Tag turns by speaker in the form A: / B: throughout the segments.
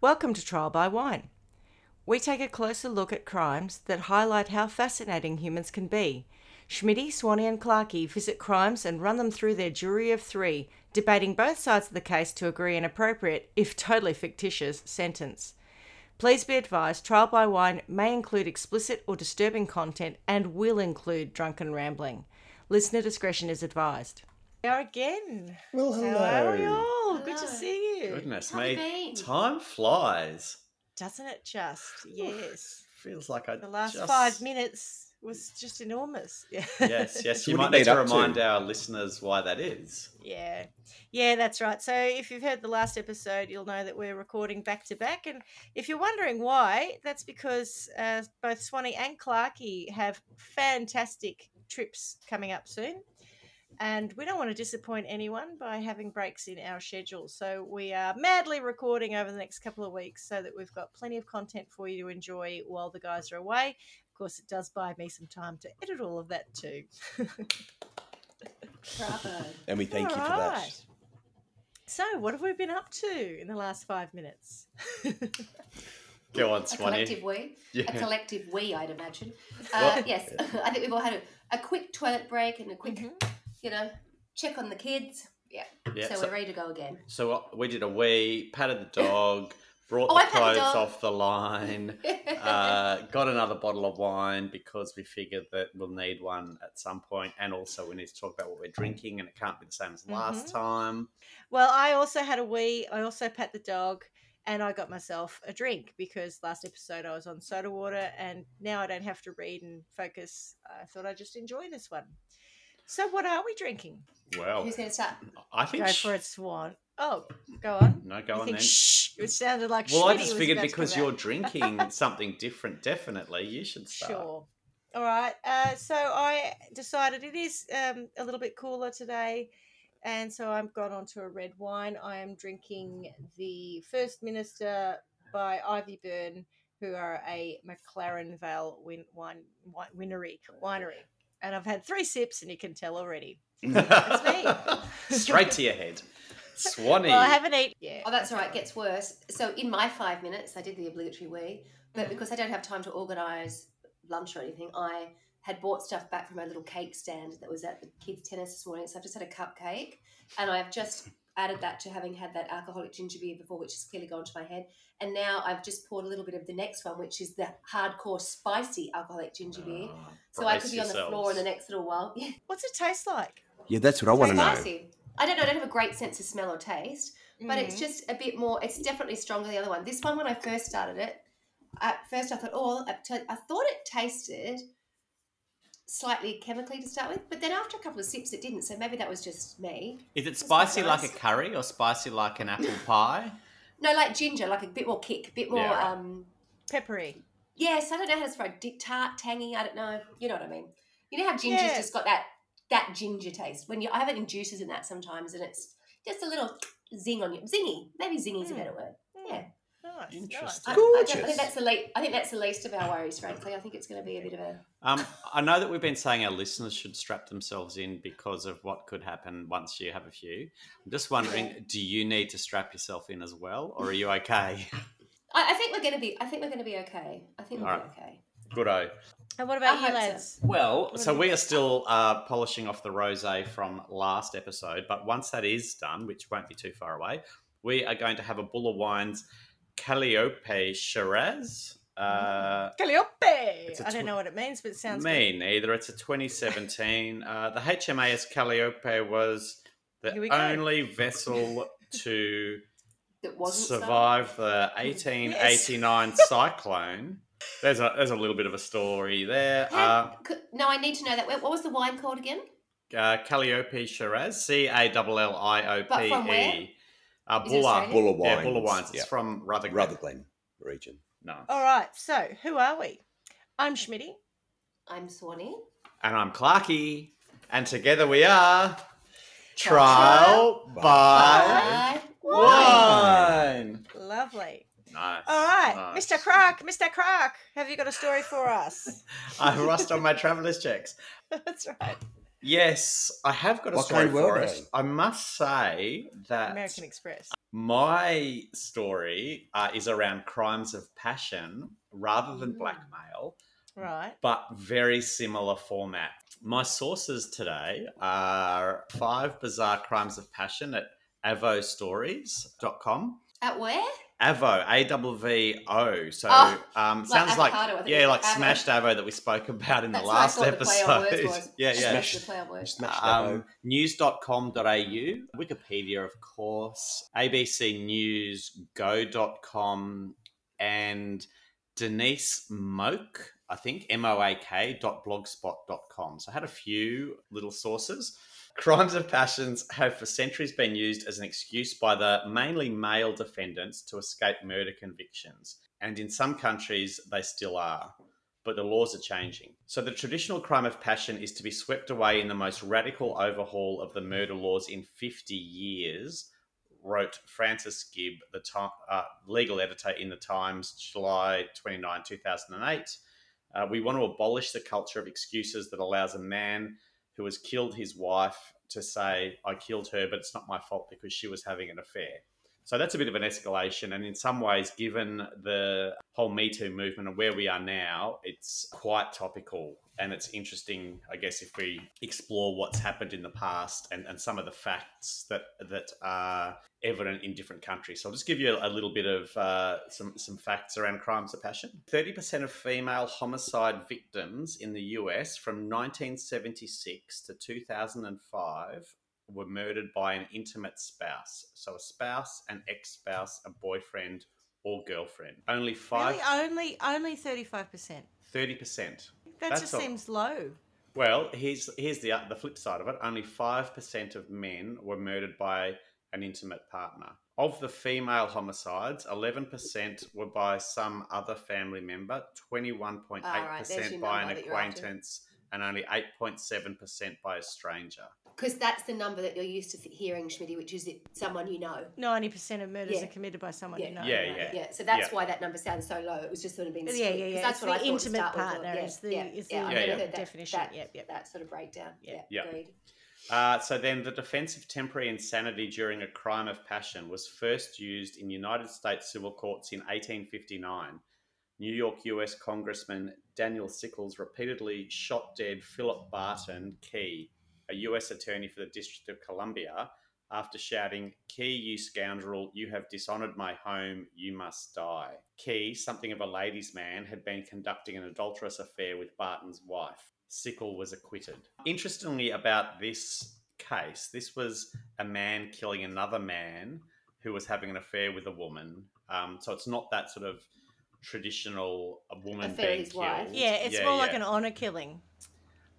A: Welcome to Trial by Wine. We take a closer look at crimes that highlight how fascinating humans can be. Schmidty, Swanee, and Clarkey visit crimes and run them through their jury of three, debating both sides of the case to agree an appropriate, if totally fictitious, sentence. Please be advised Trial by Wine may include explicit or disturbing content and will include drunken rambling. Listener discretion is advised. We are again.
B: Well, hello.
A: How are you all? Good to
C: Hello.
A: see you.
B: Goodness
C: How have you
B: me,
C: been?
B: time flies.
A: Doesn't it just? Yes.
B: Feels like I
A: The last
B: just-
A: five minutes was just enormous. Yeah.
B: Yes, yes.
D: So
B: You
D: what
B: might
D: have you
B: need to
D: been up to?
B: remind our listeners why that is.
A: yeah. Yeah, that's right. So if you've heard the last episode, you'll know that we're recording back to back. And if you're wondering why, that's because uh, both Swanee and Clarkey have fantastic trips coming up soon. And we don't want to disappoint anyone by having breaks in our schedule. So we are madly recording over the next couple of weeks so that we've got plenty of content for you to enjoy while the guys are away. Of course, it does buy me some time to edit all of that too.
C: Bravo.
D: And we thank you for that.
A: Alright. So, what have we been up to in the last five minutes?
B: Go on,
C: A
B: Swanee.
C: collective we.
B: Yeah.
C: A collective we, I'd imagine. Uh,
B: Well-
C: yes, I think we've all had a, a quick toilet break and a quick,
A: Mhm.
C: you know, check on the kids. Yeah.
B: Mm-hmm. Yeah,
C: so,
B: so,
C: we're ready to go again.
B: so what- we did a wee, patted the dog, brought
C: Oh, I
B: the
C: patted the
B: clothes
C: dog.
B: off the line, uh, got another bottle of wine because we figured that we'll need one at some point, and also we need to talk about what we're drinking, and it can't be the same as last
C: Mm-hmm.
A: Mhm.
B: time.
A: Well, I also had a wee. I also pat the dog, and I got myself a drink because last episode I was on soda water, and now I don't have to read and focus. I thought I'd just enjoy this one. So, what are we drinking?
B: Well,
C: Who's going to start?
B: I think
A: Go
B: sh-
A: for it, Swan. Oh, go on.
B: no, go
A: you
B: on
A: think
B: then.
A: shh? It sounded like
B: Well, I
A: Schmitty
B: just
A: was
B: figured
A: about to
B: because
A: come out.
B: you're drinking something different, definitely you should start.
A: Sure. All right. Uh, so I decided it is um, a little bit cooler today. And so I've gone on to a red wine. I am drinking the First Minister by Ivy Byrne, who are a McLaren Vale win- wine, wine, winery, winery. And I've had three sips, and you can tell already. me.
B: Straight to your head, Swanee.
A: Well, I haven't eaten. Yeah.
C: Oh, that's all right. Gets worse. So, in my five minutes, I did the obligatory we, but
B: Mm-hmm.
C: because I don't have time to organise lunch or anything, I had bought stuff back from a little cake stand that was at the kids' tennis this morning. So, I've just had a cupcake and I've just added that to having had that alcoholic ginger beer before, which has clearly gone to my head. And now I've just poured a little bit of the next one, which is the hardcore spicy alcoholic ginger beer.
B: Ah,
C: So, I
B: brace
C: could be on the floor in
B: yourselves.
C: the next little while. Yeah,
A: What's it taste like?
D: Yeah, that's what I want to know.
C: spicy. I don't know. I don't have a great sense of smell or taste but it's
A: Mhm.
C: just a bit more. It's definitely stronger than the other one. This one, when I first started it, at first I thought, oh, I t- I thought it tasted slightly chemically to start with, but then after a couple of sips, it didn't. So maybe that was just me.
B: Is it
C: quite
B: spicy
C: nice.
B: like a curry or spicy like an apple pie?
C: No, like ginger, like a bit more kick, a bit more.
B: Yeah, right.
C: um
A: Peppery.
C: Yes, I don't know how to describe it. Tart, tangy. I don't know. You know what I mean? You know how ginger's
A: Yeah.
C: just got that that ginger taste. When you, I have it in juices and that sometimes, and it's just a little zing on you, zingy. Maybe zingy's a
A: Mm.
C: better word. Yeah.
A: Nice. nice.
B: Interesting.
C: I- I don't- I,
D: Gorgeous.
C: think that's the least. I think that's the least of our worries, frankly. I think it's going to be a bit of a.
B: Um, I know that we've been saying our listeners should strap themselves in because of what could happen once you have a few. I'm just wondering, do you need to strap yourself in as well, or are you okay?
C: I, I think we're going to be. I think we're going to be okay. I think we'll
B: Alright.
C: be okay.
B: Good o.
A: And what about you,
C: I hope so.
A: lads?
B: Well,
A: What
B: so
A: do you
B: we are still uh, polishing off the rosé from last episode, but once that is done, which won't be too far away, we are going to have a Buller Wines Calliope Shiraz. Uh,
A: Calliope.
B: It's a
A: I don't
B: tw-
A: know what it means, but it Mm, sounds good.
B: me neither. It's a 2017. Uh, the HMAS Calliope was
A: Here we
B: the
A: go.
B: only vessel to
C: That wasn't so-
B: survive the 1889 cyclone. There's a there's a little bit of a story there. Uh,
C: How- could- no, I need to know that. What what was the wine called again?
B: uh, Calliope Shiraz, C A L L I O
C: But from
B: P
C: where?
B: E. Uh,
C: Is it
B: Bulla.
C: Australia?
D: Buller wines.
B: Yeah, Bulla Wines. It's
D: Yeah.
B: from Rutherglen.
D: Rutherglen region.
B: No.
A: All right. So, who are we? I'm Schmitty.
C: I'm Swanee.
B: And I'm Clarky. And together we are Trial
A: Trial
B: by
C: Bye.
B: Wine.
A: Lovely.
B: Nice.
A: All right,
B: nice.
A: Mr. Croc, Mr. Croc, have you got a story for us?
B: I've lost on my traveller's checks.
A: That's right.
B: Yes, I have got a
D: What
B: story
D: kind were
B: for it.
D: they?
B: I must say that
A: American Express.
B: my story uh, is around crimes of passion rather than
C: Mm.
B: blackmail,
A: Right.
B: but very similar format. My sources today are Five Bizarre Crimes of Passion at avostories.com.
C: At where?
B: Avo, A W V O. So
C: Oh,
B: um, sounds like,
C: avocado, I think
B: yeah,
C: it's
B: like
C: avo.
B: smashed Avo that we spoke about in
C: That's
B: the
C: what I
B: last
C: thought the play on
B: episode.
C: words was.
B: yeah, yeah.
D: Smash
C: The play on words.
D: Smash that
B: Um, news.com.au, Wikipedia, of course, ABC News, go.com, and Denise Moak, I think, M O A K, dot blogspot.com. So I had a few little sources. Crimes of passions have for centuries been used as an excuse by the mainly male defendants to escape murder convictions, and in some countries they still are but the laws are changing. So the traditional crime of passion is to be swept away in the most radical overhaul of the murder laws in 50 years, wrote Francis Gibb, the time, uh, legal editor in the Times, July 29, 2008. Uh, we want to abolish the culture of excuses that allows a man who has killed his wife to say, I killed her, but it's not my fault because she was having an affair. So that's a bit of an escalation. And in some ways, given the whole Me Too movement and where we are now, it's quite topical. And it's interesting, I guess, if we explore what's happened in the past and, and some of the facts that, that are evident in different countries. So I'll just give you a little bit of uh, some, some facts around crimes of passion. 30% of female homicide victims in the US from 1976 to 2005 were murdered by an intimate spouse. So a spouse, an ex spouse, a boyfriend, or girlfriend. Only five,
A: Really, only only thirty five percent.
B: 30%.
A: That
B: That's
A: just
B: all.
A: seems low.
B: Well, here's, here's the, the flip side of it only 5% of men were murdered by an intimate partner. Of the female homicides, 11% were by some other family member, 21.8%
C: Alright, Ah, there's your
B: by an
C: number that you're after.
B: acquaintance, and only 8.7% by a stranger.
C: Because that's the number that you're used to hearing, Schmitty, which is it- someone you know.
A: Ninety percent of murders
C: Yeah.
A: are committed by someone you
C: Yeah.
A: know.
B: Yeah,
A: right?
B: yeah.
C: Yeah, so that's
B: Yeah.
C: why that number sounds so low. It was just sort of being
A: Yeah,
C: split,
A: yeah,
C: 'cause
A: yeah.
C: That's
A: It's
C: what I
A: the
C: thought to
A: intimate
C: start with,
A: partner
C: yeah,
A: is the-
C: yeah,
A: is
C: yeah,
A: the
C: I've
B: Yeah,
C: never
B: yeah.
C: heard that-
A: definition.
C: That,
A: Yep, yep.
C: that sort of breakdown. Yeah,
A: Yeah.
B: Yeah.
C: agreed.
B: Uh, so then the defense of temporary insanity during a crime of passion was first used in United States civil courts in 1859. New York US Congressman Daniel Sickles repeatedly shot dead Philip Barton Key, a US attorney for the District of Columbia, after shouting, Key, you scoundrel, you have dishonored my home, you must die. Key, something of a ladies' man, had been conducting an adulterous affair with Barton's wife. Sickle was acquitted. Interestingly, about this case, this was a man killing another man who was having an affair with a woman. Um, so it's not that sort of traditional a woman
C: Affair
B: being
C: with his wife.
B: killed.
A: Yeah, it's more like
B: yeah.
A: an honor killing.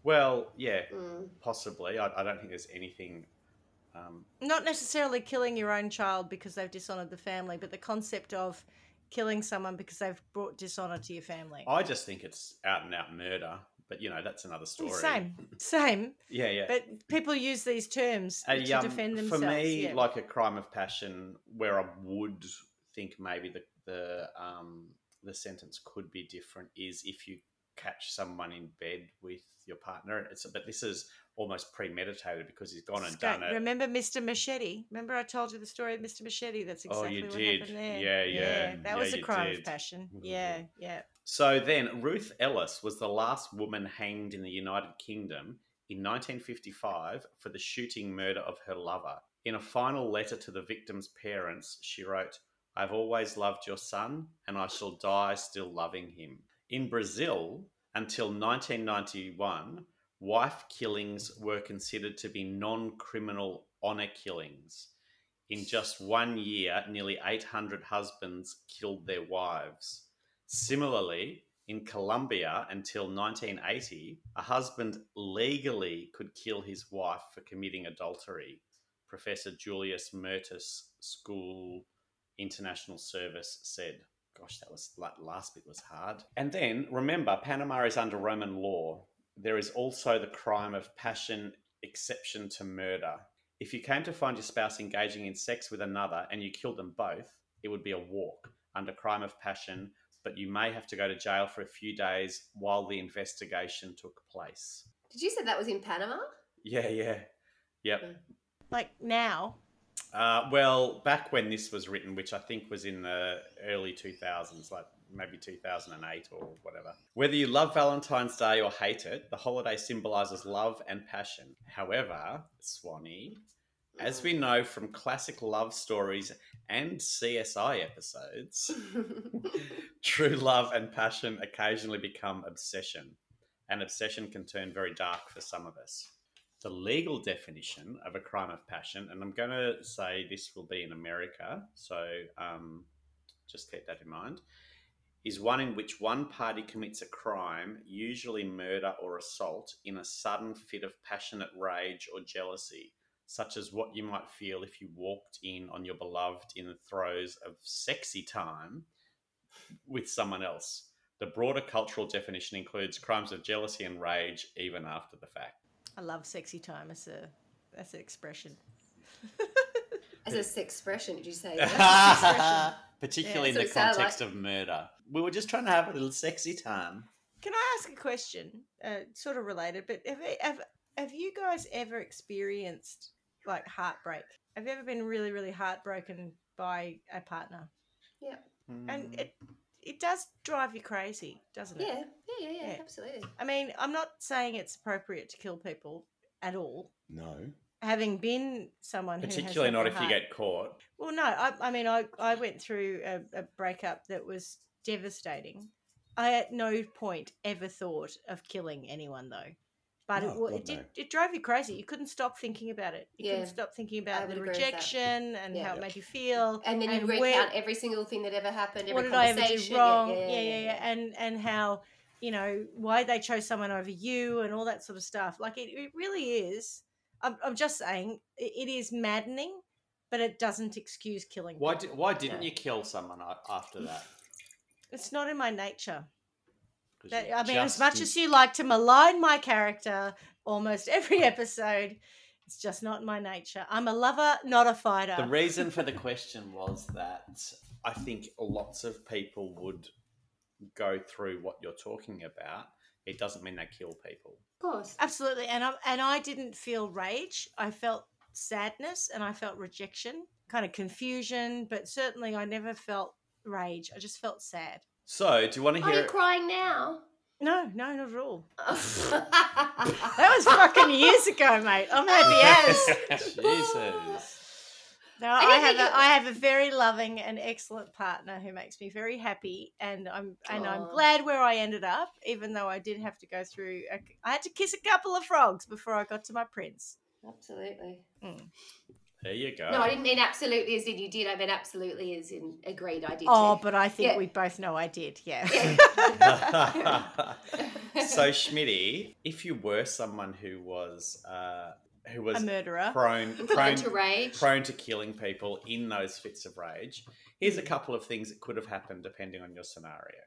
B: Well, yeah,
C: Mm.
B: possibly. I, I don't think there's anything. Um,
A: Not necessarily killing your own child because they've dishonored the family, but the concept of killing someone because they've brought dishonor to your family.
B: I just think it's out and out murder, but you know that's another story.
A: Same, same.
B: Yeah, yeah.
A: But people use these terms
B: A,
A: to
B: um,
A: defend
B: for
A: themselves.
B: me,
A: yeah.
B: like a crime of passion, where I would think maybe the the um, the sentence could be different is if you catch someone in bed with your partner. It's but this is almost premeditated because he's gone and
A: It's great.
B: done it.
A: Remember Mr. Machete? Remember I told you the story of Mr. Machete? That's
B: Oh,
A: exactly
B: you
A: what
B: did.
A: happened there.
B: Yeah, yeah.
A: That
B: Yeah,
A: was a
B: you
A: crime
B: did.
A: of passion.
B: Mhm.
A: Yeah, yeah.
B: So then, Ruth Ellis was the last woman hanged in the United Kingdom in 1955 for the shooting murder of her lover. In a final letter to the victim's parents, she wrote, I've always loved your son, and I shall die still loving him. In Brazil, until 1991, wife killings were considered to be non criminal honour killings. In just one year, nearly 800 husbands killed their wives. Similarly, in Colombia until 1980, a husband legally could kill his wife for committing adultery. Professor Julius Mertus School International Service said. Gosh, that was that last bit was hard. And then remember, Panama is under Roman law. There is also the crime of passion exception to murder. If you came to find your spouse engaging in sex with another and you killed them both, it would be a walk under crime of passion but you may have to go to jail for a few days while the investigation took place.
C: Did you say that was in Panama?
B: Yeah, yeah. Yep.
A: Like now.
B: Uh, well, back when this was written, which I think was in the early 2000s, like maybe 2008 or whatever. Whether you love Valentine's Day or hate it, the holiday symbolizes love and passion. However, Swanee, as we know from classic love stories and CSI episodes, true love and passion occasionally become obsession, and obsession can turn very dark for some of us. The legal definition of a crime of passion, and I'm going to say this will be in America, so um, just keep that in mind, is one in which one party commits a crime, usually murder or assault, in a sudden fit of passionate rage or jealousy, such as what you might feel if you walked in on your beloved in the throes of sexy time with someone else. The broader cultural definition includes crimes of jealousy and rage even after the fact.
A: I love sexy time as a as an expression.
C: As a sex expression, did you say?
B: Particularly
C: Yeah,
B: in the
C: so it sounded
B: context of murder. We were just trying to have a little sexy time.
A: Can I ask a question? Uh, sort of related, but have, e- have have you guys ever experienced like heartbreak? Have you ever been really really heartbroken by a partner?
B: Hmm. Mm.
A: And it it does drive you crazy, doesn't it?
C: yeah, yeah, yeah, yeah,
A: Yeah.
C: absolutely.
A: I mean, I'm not saying it's appropriate to kill people at all.
D: No.
A: Having been someone who has
B: Particularly
A: had
B: not
A: their
B: if you
A: heart-
B: get caught.
A: Well, no, I, I mean, I, I went through a, a breakup that was devastating. I at no point ever thought of killing anyone, though. But
D: No,
A: it, wa-
D: God,
A: it, did,
D: no.
A: it drove you crazy. You couldn't stop thinking about it. You
C: Yeah.
A: couldn't stop thinking
C: I
A: about
C: would
A: the
C: agree with that.
A: rejection and
C: Yeah.
A: how
D: Yeah.
A: it made you feel.
C: And then you
A: And
C: recount
A: where-
C: every single thing that ever happened. Every
A: what did I ever
C: conversation.
A: do
C: Yeah,
A: wrong?
C: Yeah, yeah, yeah.
A: And and how you know why they chose someone over you and all that sort of stuff. Like it, it really is. I'm, I'm just saying it, it is maddening, but it doesn't excuse killing.
B: Why,
A: people.
B: di- why didn't
C: Yeah.
B: you kill someone a- after that?
A: It's not in my nature.
B: 'Cause
A: That-
B: you
A: I mean, as
B: just
A: much
B: n-
A: as you like to malign my character almost every episode, it's just not in my nature. I'm a lover, not a fighter.
B: The reason for the question was that I think lots of people would go through what you're talking about. It doesn't mean they kill people.
C: Of course.
A: Absolutely, and I and I didn't feel rage. I felt sadness and I felt rejection, kind of confusion, but certainly I never felt rage. I just felt sad.
B: So, do you want to
C: Are you
B: hear?
C: crying now?
A: No, no, not at all.
C: that
A: That was fucking years ago, mate. I'm happy as.
B: Jesus.
A: No,
C: didn't
A: I have
C: think it-
A: a, I have a very loving and excellent partner who makes me very happy, and I'm and I'm
C: Aw.
A: glad where I ended up. Even though I did have to go through, a, I had to kiss a couple of frogs before I got to my prince.
C: Absolutely.
B: There you go.
C: No, I didn't mean absolutely as in you did. I meant absolutely as in agreed. I did.
A: Oh,
C: too.
A: but I think
C: Yeah.
A: we both know I did. Yeah.
C: Yeah.
B: so, Schmitty, if you were someone who was uh, who was
A: a murderer.
B: prone
C: prone
B: prone
C: to rage.
B: prone to killing people in those fits of rage, here's a couple of things that could have happened depending on your scenario.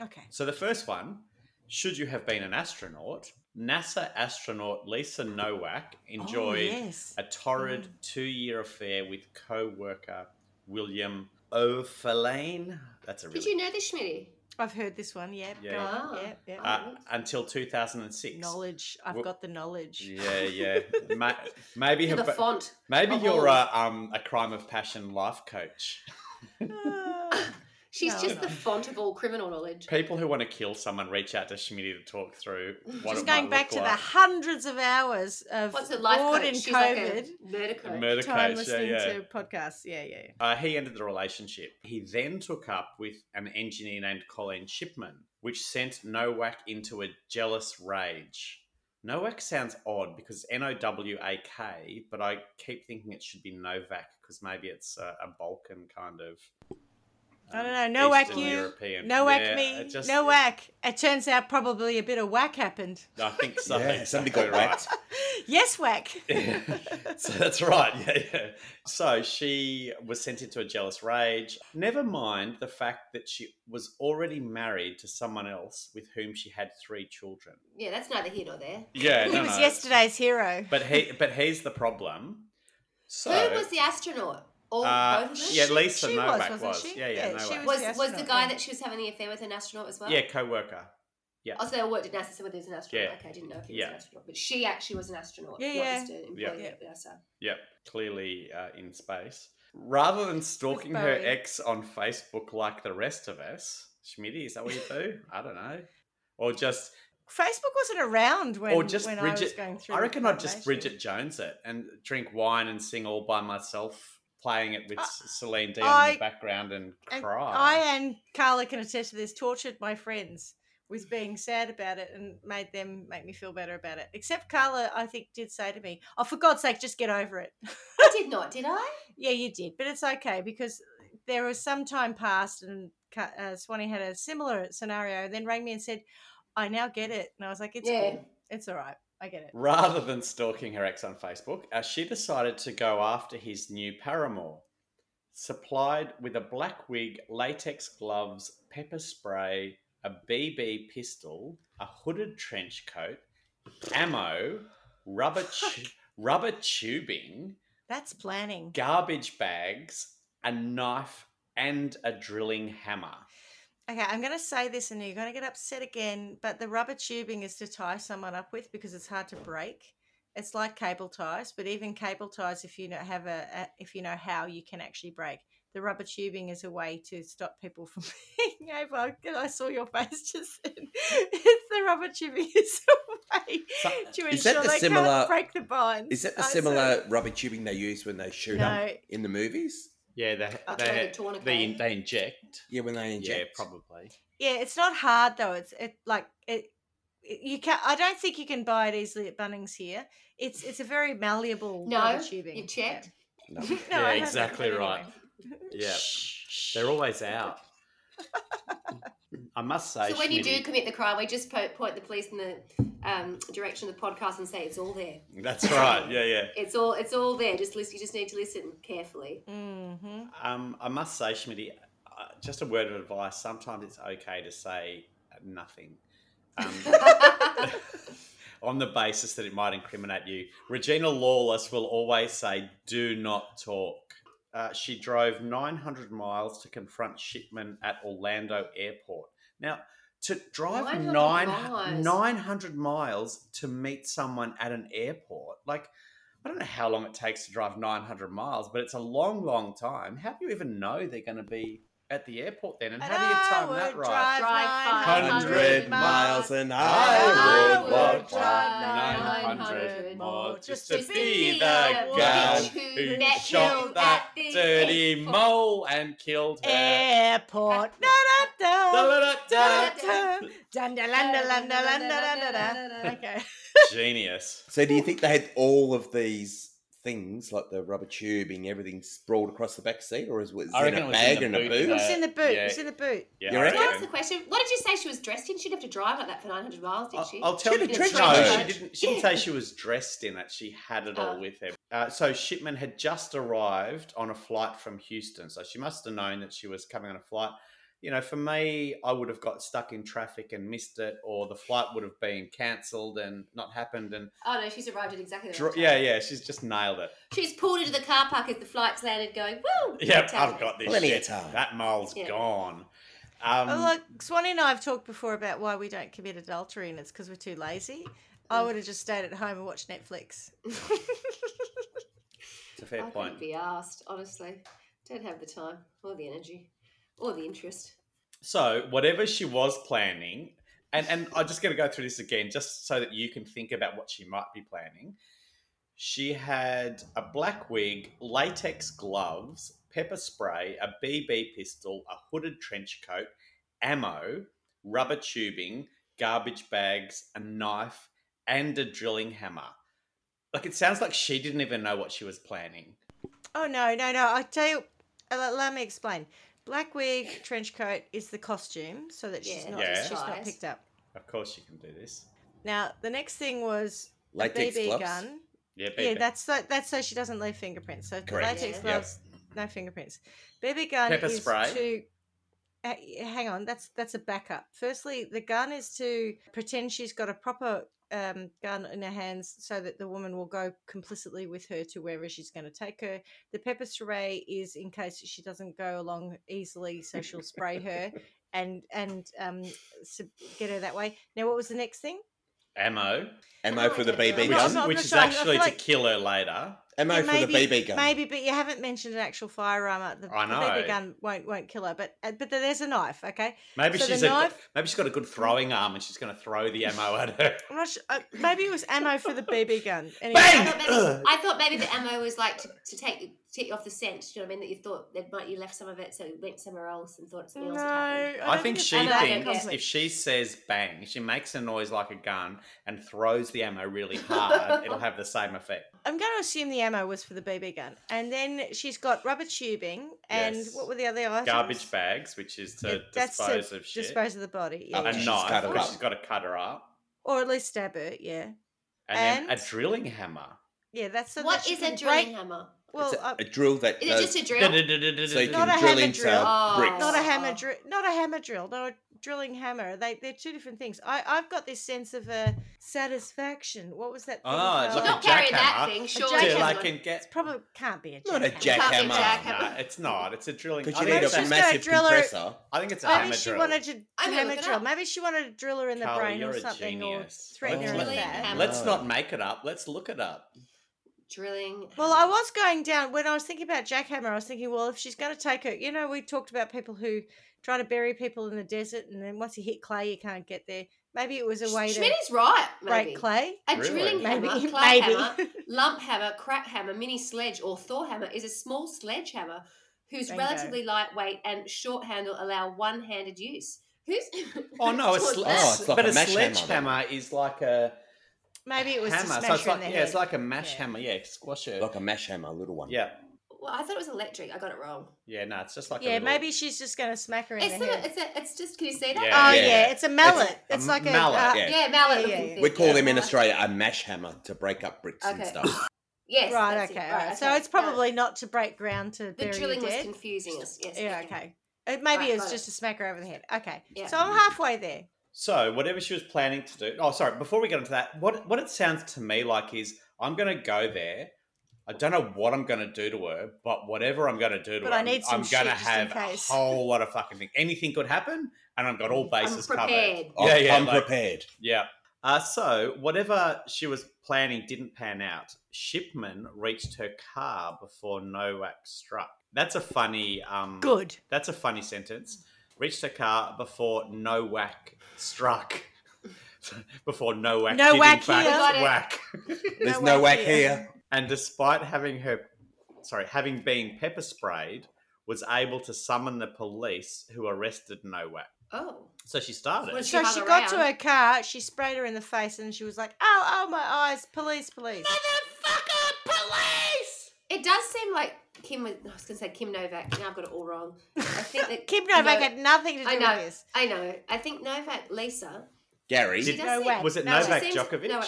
A: Okay.
B: So the first one, should you have been an astronaut, NASA astronaut Lisa Nowak enjoyed
A: Oh, yes.
B: a torrid two-year affair with co-worker William O'Fallane. That's a really
C: Did you know this, Schmitty?
A: I've heard this one. Yep.
B: Yeah.
A: go on,
C: Ah.
A: Yep. yep.
B: uh, until 2006.
A: knowledge. I've
B: Wh-
A: got the knowledge.
B: Yeah, yeah. Ma- maybe
C: The
B: have,
C: font.
B: maybe
C: of
B: you're
C: all-
B: a, um, a crime of passion life coach.
A: Ah.
C: She's
A: No,
C: just
A: no.
C: the font of all criminal knowledge.
B: People who want to kill someone reach out to Schmitty to talk through what
A: Just
B: it
A: going
B: might
A: back
B: look
A: to the
B: like.
A: hundreds of hours of
C: What's a life
A: bored
C: coach?
A: in
C: She's like
A: COVID.
C: a murder coach.
B: murder
A: time
B: coach. Yeah,
A: listening
B: yeah.
A: to podcasts. Yeah, yeah, yeah.
B: Uh, he ended the relationship. He then took up with an engineer named Colin Shipman, which sent Nowak into a jealous rage. Nowak sounds odd because N O W A K, but I keep thinking it should be Novak because maybe it's a, a Balkan kind of. um,
A: I don't know. Nowak
B: Eastern
A: you,
B: European.
A: No whack
B: Yeah,
A: me,
B: it just-
A: no whack. It turns out probably a bit of whack happened.
B: I think so.
D: Yeah,
B: Exactly
D: somebody got
B: right.
D: whacked.
A: Yes, whack.
B: so that's right. Yeah, yeah. So she was sent into a jealous rage. Never mind the fact that she was already married to someone else with whom she had three children.
C: Yeah, that's neither here nor there.
B: Yeah,
A: he
B: no,
A: was
B: no.
A: yesterday's hero.
B: But he, but here's the problem. So
C: Who was the astronaut? All
B: uh,
C: both of them?
B: yeah,
A: She- she
B: Lisa
A: was,
B: Novak was.
A: wasn't she?
B: Yeah, yeah,
A: Yeah, she was
B: Novak.
C: was
A: the
C: was the
A: astronaut,
C: guy
A: yeah.
C: that she was having the affair with an astronaut as well?
B: Yeah, co-worker. Yeah.
C: Also, they all worked at NASA. Some of there's an astronaut.
B: Yeah.
C: Okay, I didn't know if he was
B: Yeah.
C: an astronaut, but she actually was an astronaut,
A: Yeah,
C: not
A: yeah.
C: just an employee
B: Yeah.
A: Yeah.
C: at NASA.
B: Yep, clearly uh, in space. Rather than stalking her
A: Bowie.
B: ex on Facebook like the rest of us, Schmitty, is that what you do? I don't know. Or just,
A: Facebook wasn't around when,
B: Or just
A: when I was
B: Bridget-
A: going through.
B: I
A: the
B: reckon I'd just
A: probation.
B: Bridget Jones it and drink wine and sing all by myself, playing it with
A: I-
B: Celine Dion in
A: I-
B: the background and cry.
A: And I and Carla can attest to this. Tortured my friends with being sad about it and made them make me feel better about it. Except Carla, I think, did say to me, "Oh, for God's sake, just get over it."
C: I did not, did I?
A: yeah, you did, but it's okay because there was some time passed, and Ca- uh, Swanee had a similar scenario. Then rang me and said, "I now get it," and I was like, "It's
C: Yeah.
A: cool. It's all right. I get it."
B: Rather than stalking her ex on Facebook, uh, she decided to go after his new paramour. Supplied with a black wig, latex gloves, pepper spray, a BB pistol, a hooded trench coat, ammo, rubber, tu- rubber tubing,
A: That's planning.
B: garbage bags, a knife, and a drilling hammer.
A: Okay, I'm going to say this and you're going to get upset again, but the rubber tubing is to tie someone up with because it's hard to break. It's like cable ties, but even cable ties, if you know, have a, a if you know how, you can actually break. The rubber tubing is a way to stop people from being able. I saw your face just then. It's the rubber tubing is a way
B: So-
A: to
D: Is that
A: ensure
D: the
A: they
D: similar-
A: can't break the bonds.
D: Is that the
A: I saw-
D: similar rubber tubing they use when they shoot up
A: No,
D: in the movies?
B: Yeah, they,
C: After they
B: they,
C: get torn
B: they,
C: apart.
B: they inject.
D: Yeah, when they inject.
B: Yeah, probably.
A: Yeah, it's not hard though. It's it like it. it- You can. I don't think you can buy it easily at Bunnings here. It's it's a very malleable
C: No,
A: rubber tubing.
C: you checked?
A: Yeah.
D: No.
A: No,
B: yeah,
A: I haven't, but
B: exactly right.
A: anyway.
B: Yeah. They're always out. I must say,
C: So when you do
B: Schmitty-
C: commit the crime, we just po- point the police in the um, direction of the podcast and say it's all there.
B: that's right. Yeah, yeah.
C: It's all it's all there. Just listen. You just need to listen carefully.
A: Mhm.
B: Um, I must say, Schmitty, uh, just a word of advice. Sometimes it's okay to say nothing. Um, on the basis that it might incriminate you. Regina Lawless will always say, do not talk. Uh, she drove 900 miles to confront Shipman at Orlando Airport. Now, to drive
C: 900
B: nine,
C: miles.
B: 900 miles to meet someone at an airport, like, I don't know how long it takes to drive 900 miles, but it's a long, long time. How do you even know they're going to be at the airport then? And how do you
A: I
B: time
A: would
B: that
A: drive
B: right?
C: Drive
A: 900
D: 100 miles an
B: I
D: hour.
B: would
D: walk
B: drive
D: nine
B: 900 more just to
A: Just
B: be
C: be
B: the
C: the
B: guy
D: bitch
C: who
B: who
C: met you
B: shot that
C: at the
B: dirty
C: airport.
B: mole and killed her.
A: Airport. Da da da. Da
B: Da-da-da-da.
A: da da. Dun da lun da lun da lun da da da da. Okay.
B: Genius.
D: So do you think they had all of these things, like the rubber tubing, everything sprawled across the back seat, or is was
B: I
D: it in
B: reckon
D: a
B: it was in
D: bag
B: the
D: and a
B: boot
D: boot?
A: It was in the boot. It was
B: yeah.
A: in the boot.
B: Yeah,
D: You
B: I
D: reckon?
C: Can I ask the
B: reckon.
C: question? What did you say she was dressed in? She didn't have to drive like that for 900 miles, did
B: I'll,
C: she?
B: I'll tell
D: She
B: you.
D: had a
B: No,
D: trench
B: she
D: coat.
B: didn't. She didn't say she was dressed in it. She had it all
C: Oh.
B: with her. Uh, so Shipman had just arrived on a flight from Houston, so she must have known that she was coming on a flight. You know, for me, I would have got stuck in traffic and missed it, or the flight would have been cancelled and not happened. And
C: oh no, she's arrived at exactly the
B: dro-
C: right time.
B: yeah, yeah, she's just nailed it.
C: She's pulled into the car park as the flight's landed, going, "Woo!"
B: Yep,
C: Totally.
B: I've got this.
D: Plenty of
B: shit.
D: time.
B: That mole's
C: Yeah.
B: gone.
A: Oh,
B: Um,
A: look, Swanee and I have talked before about why we don't commit adultery, and it's because we're too lazy. I
C: Mm.
A: would have just stayed at home and watched Netflix.
B: it's a
C: I
B: fair
C: couldn't
B: point.
C: be asked, honestly. Don't have the time or the energy or the interest.
B: So whatever she was planning, and and I'm just going to go through this again, just so that you can think about what she might be planning. She had a black wig, latex gloves, pepper spray, a BB pistol, a hooded trench coat, ammo, rubber tubing, garbage bags, a knife, and a drilling hammer. Like it sounds like she didn't even know what she was planning.
A: Oh no, no, no! I tell you, uh, let, let me explain. Black wig, trench coat is the costume, so that she's
C: Yeah,
A: not
B: Yeah.
A: she's not
C: disguise.
A: picked up.
B: Of course, she can do this.
A: Now the next thing was a
D: Latex
A: BB
D: gloves.
A: gun.
B: Yeah,
A: Yeah,
B: BB.
A: that's so, that's so she doesn't leave fingerprints. So the
D: Correct.
A: latex
C: Yeah.
A: gloves, no fingerprints. BB gun
B: Pepper
A: is
B: spray.
A: to. Uh, hang on, that's that's a backup. Firstly, the gun is to pretend she's got a proper um, gun in her hands, so that the woman will go complicitly with her to wherever she's going to take her. The pepper spray is in case she doesn't go along easily, so she'll spray her. and and um, sub- get her that way. Now, what was the next thing?
B: Ammo,
D: Ammo for the BB
B: which,
A: not-
D: gun.
A: I'm not
B: which is
A: sure. I feel
B: actually
A: like-
B: to kill her later.
D: Ammo
A: Yeah,
D: for the BB gun.
A: Maybe, but you haven't mentioned an actual firearm. The,
B: I
A: the BB
B: know.
A: gun won't won't kill her, but uh, but there's a knife. Okay,
B: Maybe
A: So the
B: she's a,
A: knife-
B: maybe she's got a good throwing arm and she's going to throw the ammo at her.
A: I'm not sure. Uh, maybe it was ammo for the BB gun. Anyway,
C: I
B: Bang!
C: thought,
B: Ugh.
C: maybe, I thought maybe the ammo was like to, to take take you off the scent. Do you know what I mean? That you thought that might you left some of it, so it went somewhere else and thought
A: No,
C: something else had happened.
A: don't
B: I think
A: it's
B: she
A: that
C: that
B: thinks
A: complex.
B: if she says bang, she makes a noise like a gun and throws the ammo really hard, it'll have the same effect.
A: I'm going to assume the ammo was for the BB gun, and then she's got rubber tubing, and
B: Yes.
A: what were the other items?
B: Garbage bags, which is to
A: Yeah, that's to
B: dispose of shit.
A: Dispose of the body, yeah,
D: Oh,
B: a
D: She's
A: yeah.
B: knife,
D: cut her
B: which
D: up.
B: she's got to cut her up.
A: or at least stab her. Yeah,
B: And, then
A: And-
B: a drilling hammer.
A: yeah. That's so
C: what
A: that
C: is a
A: a
C: drilling
A: Break,
C: hammer?
A: well,
D: it's a,
A: uh,
D: a drill that
C: Is
D: does-
C: it just a drill?
D: so you
B: So
A: Not a
D: can drill
A: hammer
D: into
A: drill.
C: Oh.
D: bricks.
A: not a hammer
C: Oh.
A: drill, not a hammer drill, not a drilling hammer. They they're two different things. I I've got this sense of a satisfaction. What was that? thing
B: Oh, it's
A: called?
B: like
C: She's
B: a
C: not carrying that
B: jackhammer.
C: thing,
A: jackhammer.
C: surely.
A: Drill,
B: Till I
A: like
B: can get.
A: It's probably can't be a
D: Not a
A: jackhammer.
C: Can't be
D: jackhammer.
C: jackhammer.
B: No, it's not. It's a drilling.
D: Because
B: I
D: you
B: think
D: need
B: it's
A: She's
D: a
A: got
B: a-
D: massive
A: a driller-
D: compressor.
B: I think it's a
A: Maybe
B: hammer
A: she
B: drill.
A: wanted to
C: I'm gonna
A: hammer
C: look it
A: drill.
C: up.
A: Maybe she wanted to drill her in the
B: Carl,
A: brain
B: you're
A: or
B: a
A: something, or
B: genius.
A: threaten her with
C: Drilling
A: that.
C: hammer.
B: Let's
D: Oh.
B: not make it up. Let's look it up.
C: Drilling.
A: Well, I
C: hammer.
A: was going down when I was thinking about jackhammer. I was thinking, well, if she's going to take her, you know, we talked about people who try to bury people in the desert, and then once you hit clay, you can't get there. Maybe it was a way to
C: Schmitty's right.
A: break
C: Maybe.
A: clay.
C: A
B: Really?
C: drilling
A: Maybe,
C: hammer, clay hammer,
A: maybe.
C: lump hammer, crack hammer, mini sledge, or Thor hammer is a small sledgehammer whose
A: Bingo.
C: relatively lightweight and short handle allow one-handed use. Who's?
B: Oh no, a
C: who's
B: sl-
C: that?
D: Oh, it's like
B: but
D: a
B: a
D: mash hammer,
B: sledgehammer is like a
A: Maybe it was
B: hammer.
A: to smash
B: so it's
A: her
B: like
A: in the
B: yeah,
A: head.
B: it's like a mash
A: Yeah.
B: hammer. Yeah, squash it.
D: Like a mash hammer, a little one.
B: yeah,
C: Well, I thought it was electric. I got it wrong.
B: yeah. No, it's just like a
A: yeah,
B: little-
A: maybe she's just going to smack her in
C: It's
A: the
C: not.
A: head.
C: A, it's, a, it's just. Can you see that?
B: Yeah.
A: oh yeah.
D: Yeah.
A: it's a mallet. It's,
B: a
A: like a
B: mallet,
A: uh,
D: yeah.
C: Yeah,
A: Yeah,
C: mallet.
A: yeah,
C: looking
A: yeah.
C: thing.
D: We call
C: Yeah.
D: them in Australia a mash hammer to break up bricks and
C: Okay.
D: stuff.
C: Yes.
A: Right.
C: that's
A: Okay.
C: it.
A: all right. So
C: okay.
A: it's
C: No,
A: probably not to break ground to
C: the
A: bury
C: drilling
A: your
C: was
A: dead.
C: confusing us. Yes.
A: yeah. Okay. It, maybe
C: Right,
A: it's
C: got
A: just to
C: it.
A: smack her over the head. Okay.
C: Yeah.
A: So I'm halfway there.
B: So whatever she was planning to do. Oh, sorry. Before we get into that, what what it sounds to me like is I'm gonna go there. I don't know what I'm gonna do to her, but whatever I'm gonna do to
A: But
B: her,
A: I
B: I'm-
A: need
B: I'm,
A: some
B: gonna
A: shit just in
B: have a
A: case.
B: whole lot of fucking thing. Anything could happen, and I've got all bases
C: prepared.
B: covered.
D: I'm,
B: Yeah, yeah,
D: I'm
B: like-
D: prepared.
B: Yeah. Uh, so whatever she was planning didn't pan out. Shipman reached her car before Nowak struck. That's a funny. Um,
A: Good.
B: That's a funny sentence. Reached her car before Nowak struck. before Nowak
A: No
B: did in
A: whack
B: fact
A: here.
C: Got it.
B: whack.
D: There's
A: No
D: no,
A: whack
D: whack
A: here.
D: here.
B: And despite having her, sorry, having been pepper sprayed, was able to summon the police who arrested Nowak.
C: Oh.
B: So she started.
C: Well,
A: So
C: she
A: she
C: hung
A: got to
C: around.
A: her car, she sprayed her in the face, and she was like, "Oh, oh my eyes! Police, police!"
C: Motherfucker, police! It does seem like Kim was. I was going to say Kim Novak. Now I've got it all wrong. I think that
A: Kim Novak
C: No,
A: had nothing to do
C: I
A: with
C: know.
A: this.
C: I know. I think Novak Lisa.
D: Gary.
C: She
B: Did-
C: does
A: No
C: seem-
A: way.
B: was it
A: No, she
B: Novak
C: seems-
B: Djokovic?
C: no,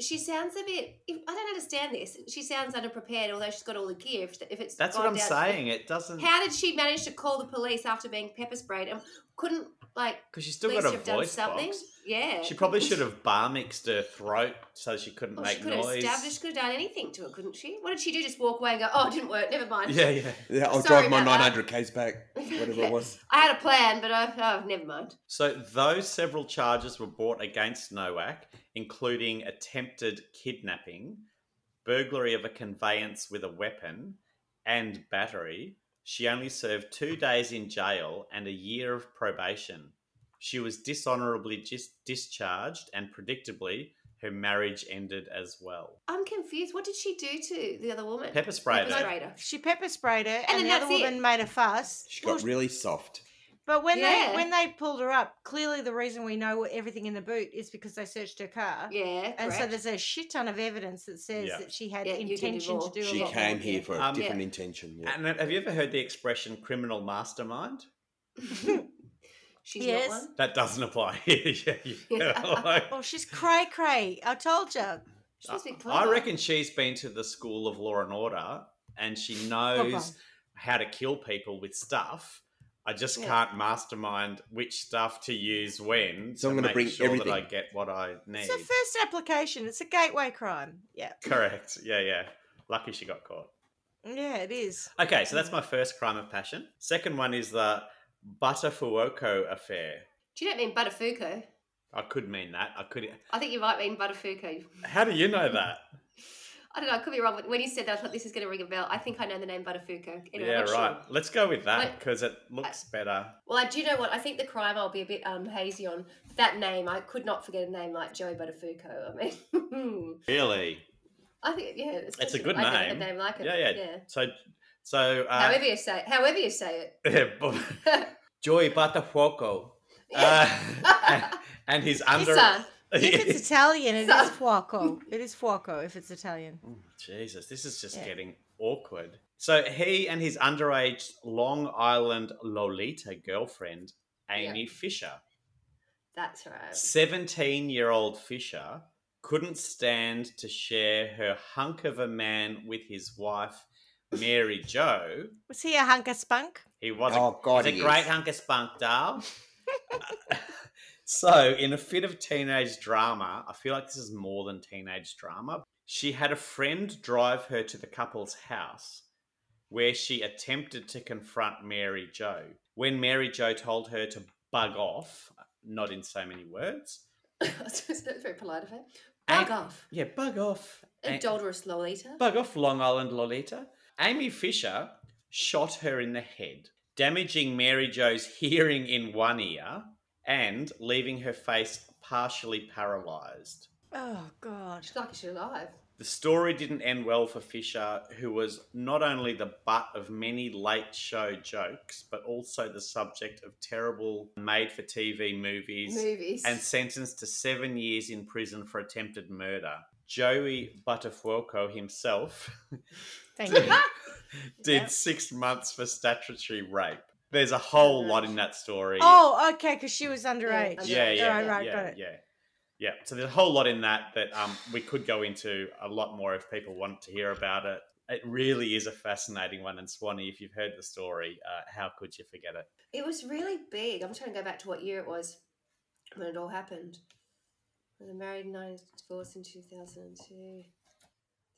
C: She sounds a bit. If, I don't understand this. She sounds underprepared, although she's got all the gear. If, if it's
B: That's what
C: gone
B: I'm
C: down-
B: saying. It doesn't
C: How did she manage to call the police after being pepper sprayed and couldn't like?
B: because she's still
C: At least
B: got a
C: have done
B: voice
C: something.
B: box.
C: Yeah.
B: She probably should have bar mixed her throat so she couldn't
C: Well,
B: make
C: she could have
B: noise.
C: established. Could have done anything to it, couldn't she? What did she do? Just walk away and go, "Oh, it didn't work. Never mind."
B: Yeah, yeah.
D: Yeah, I'll
C: Sorry
D: drive my
C: about that.
D: 900 k's back. Whatever it was.
C: I had a plan, but I, oh, never mind.
B: So, though several charges were brought against Nowak, including attempted kidnapping, burglary of a conveyance with a weapon, and battery, she only served two days in jail and a year of probation. She was dishonorably dis- discharged, and predictably, her marriage ended as well.
C: I'm confused. What did she do to the other woman?
B: Pepper sprayed her.
C: sprayed her.
A: She pepper sprayed her, and,
C: then
A: the other
C: that's it.
A: woman made a fuss.
D: She
A: Well,
D: got really soft.
A: but when
C: Yeah.
A: they when they pulled her up, clearly the reason we know what everything in the boot is because they searched her car.
C: Yeah,
A: And so
C: correct.
A: there's a shit ton of evidence that says
B: Yeah.
A: that she had
C: Yeah, you can do
A: intention to
C: more.
A: do a
D: She
A: lot
D: came
A: more.
D: here for a
B: Um,
D: different intention. Yeah.
B: And have you ever heard the expression criminal mastermind?
C: She's
A: Yes.
C: not one.
B: That doesn't apply. yeah, yeah, yeah. Like,
A: Oh, she's cray cray. I told you.
C: She's supposed to be
B: I
C: clever.
B: reckon she's been to the school of law and order and she knows how to kill people with stuff. I just
C: Yeah.
B: can't mastermind which stuff to use when.
D: So I'm
B: to
D: gonna
B: make
D: bring
B: sure that I
D: everything.
B: get what I need.
A: It's a first application. It's a gateway crime. Yeah.
B: Correct. Yeah, yeah. Lucky she got caught.
A: Yeah, it is.
C: Mm.
B: Okay, so that's my first crime of passion. Second one is the Butterfuoco affair.
C: Do you not mean Buttafuoco?
B: I could mean that. I could.
C: I think you might mean Buttafuoco.
B: How do you know that?
C: I don't know. I could be wrong, but when he said that, I thought this is going to ring a bell. I think I know the name Buttafuoco. Anyway,
B: yeah,
C: not sure.
B: right. Let's go with that
C: Like-
B: because it looks better.
C: Well, I do know what I think. The crime I'll be a bit um, hazy on that name. I could not forget a name like Joey Buttafuoco. I mean,
B: Really?
C: I think yeah, it's,
B: It's a good
C: I
B: name.
C: A name like it.
B: Yeah, yeah. So, so uh,
C: however you say, it, however you say it.
B: Joy Batafuoco. Uh, and- and his under.
C: Lisa,
A: If it's Italian, it
C: So-
A: is fuoco. It is fuoco if it's Italian.
B: Oh, Jesus, this is just
A: Yeah.
B: getting awkward. So he and his underage Long Island Lolita girlfriend, Amy Fisher,
C: that's right.
B: 17 year old Fisher, couldn't stand to share her hunk of a man with his wife, Mary Jo.
A: Was he a hunk of spunk?
B: He was a
D: oh God,
B: He's
D: he
B: a great
D: is.
B: hunk of spunk, doll. so, in a fit of teenage drama, I feel like this is more than teenage drama. She had a friend drive her to the couple's house where she attempted to confront Mary Jo. When Mary Jo told her to bug off, not in so many words.
C: that's very polite of her. Bug
B: Ang-
C: off,
B: Yeah, bug off. Ang-
C: adulterous Lolita.
B: Bug off, Long Island Lolita. Amy Fisher shot her in the head, damaging Mary Jo's hearing in one ear and leaving her face partially paralyzed.
A: Oh God.
C: She's lucky she's alive.
B: The story didn't end well for Fisher, who was not only the butt of many late show jokes, but also the subject of terrible made for TV movies
C: Movies.
B: and sentenced to seven years in prison for attempted murder. Joey Buttafuoco himself
A: Thank
B: did,
A: you.
B: did
A: Yep.
B: six months for statutory rape. There's a whole lot in that story.
A: Oh, okay, because she was underage.
C: okay.
B: yeah, yeah,
A: All right,
B: yeah,
A: right,
B: yeah,
A: got it.
B: yeah, yeah. So there's a whole lot in that that um, we could go into a lot more if people want to hear about it. It really is a fascinating one, and Swanee, if you've heard the story, uh, how could you forget it?
C: It was really big. I'm trying to go back to what year it was when it all happened. They were married in 90, divorced in 2002.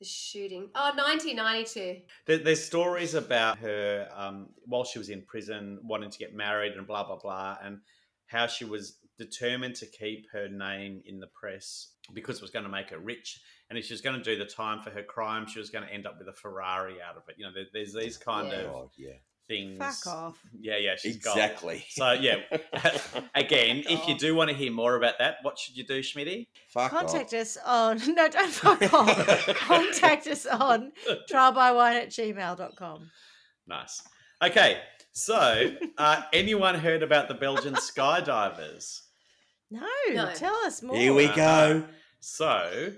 C: The shooting. Oh, 1992.
B: There, there's stories about her um, while she was in prison, wanting to get married and blah blah blah, and how she was determined to keep her name in the press because it was going to make her rich, and if she was going to do the time for her crime, she was going to end up with a Ferrari out of it. You know, there, there's these kind
C: Yeah.
B: of
D: God, Oh, yeah,
B: things.
A: Fuck off.
B: Yeah, yeah, she's got.
D: exactly.
B: So yeah, again,
A: Fuck
B: if you
A: off.
B: do want to hear more about that, what should you do, Schmitty?
D: Fuck
A: Contact
D: off.
A: us on no, don't fuck off. Contact us on trialbywine at gmail.com.
B: Nice. Okay, so uh, anyone heard about the Belgian skydivers?
A: No,
C: No.
A: tell us more.
D: Here we
B: Uh,
D: go.
B: So,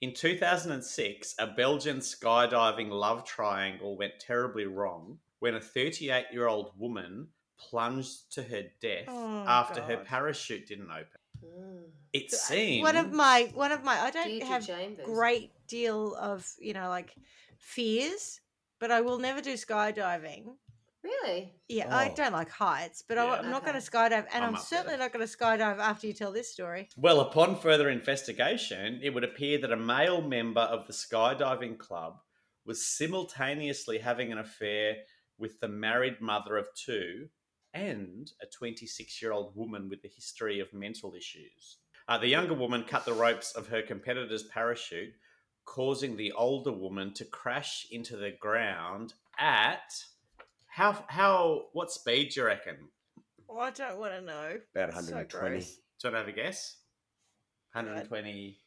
B: in 2006, a Belgian skydiving love triangle went terribly wrong when a 38 year old woman plunged to her death
A: Oh,
B: after her
A: God.
B: parachute didn't open.
C: Mm.
B: It
A: So, uh,
B: seems.
A: One of my one of my I don't
C: Deirdre
A: have
C: Chambers.
A: great deal of, you know, like fears, but I will never do skydiving.
C: Really?
A: Yeah, I
D: Oh.
A: don't like heights, but I,
B: Yeah.
A: am not going to
C: Okay.
A: skydive, and
B: I'm
A: I'm,
B: up there.
A: certainly not going to skydive after you tell this story.
B: Well, upon further investigation, it would appear that a male member of the skydiving club was simultaneously having an affair with the married mother of two and a 26 year old woman with a history of mental issues. Uh, the younger woman cut the ropes of her competitor's parachute, causing the older woman to crash into the ground at how how what speed do you reckon?
A: Oh, I don't want to know.
D: About
A: It's so
D: 120
A: gross.
B: Do you want to have a guess? 120.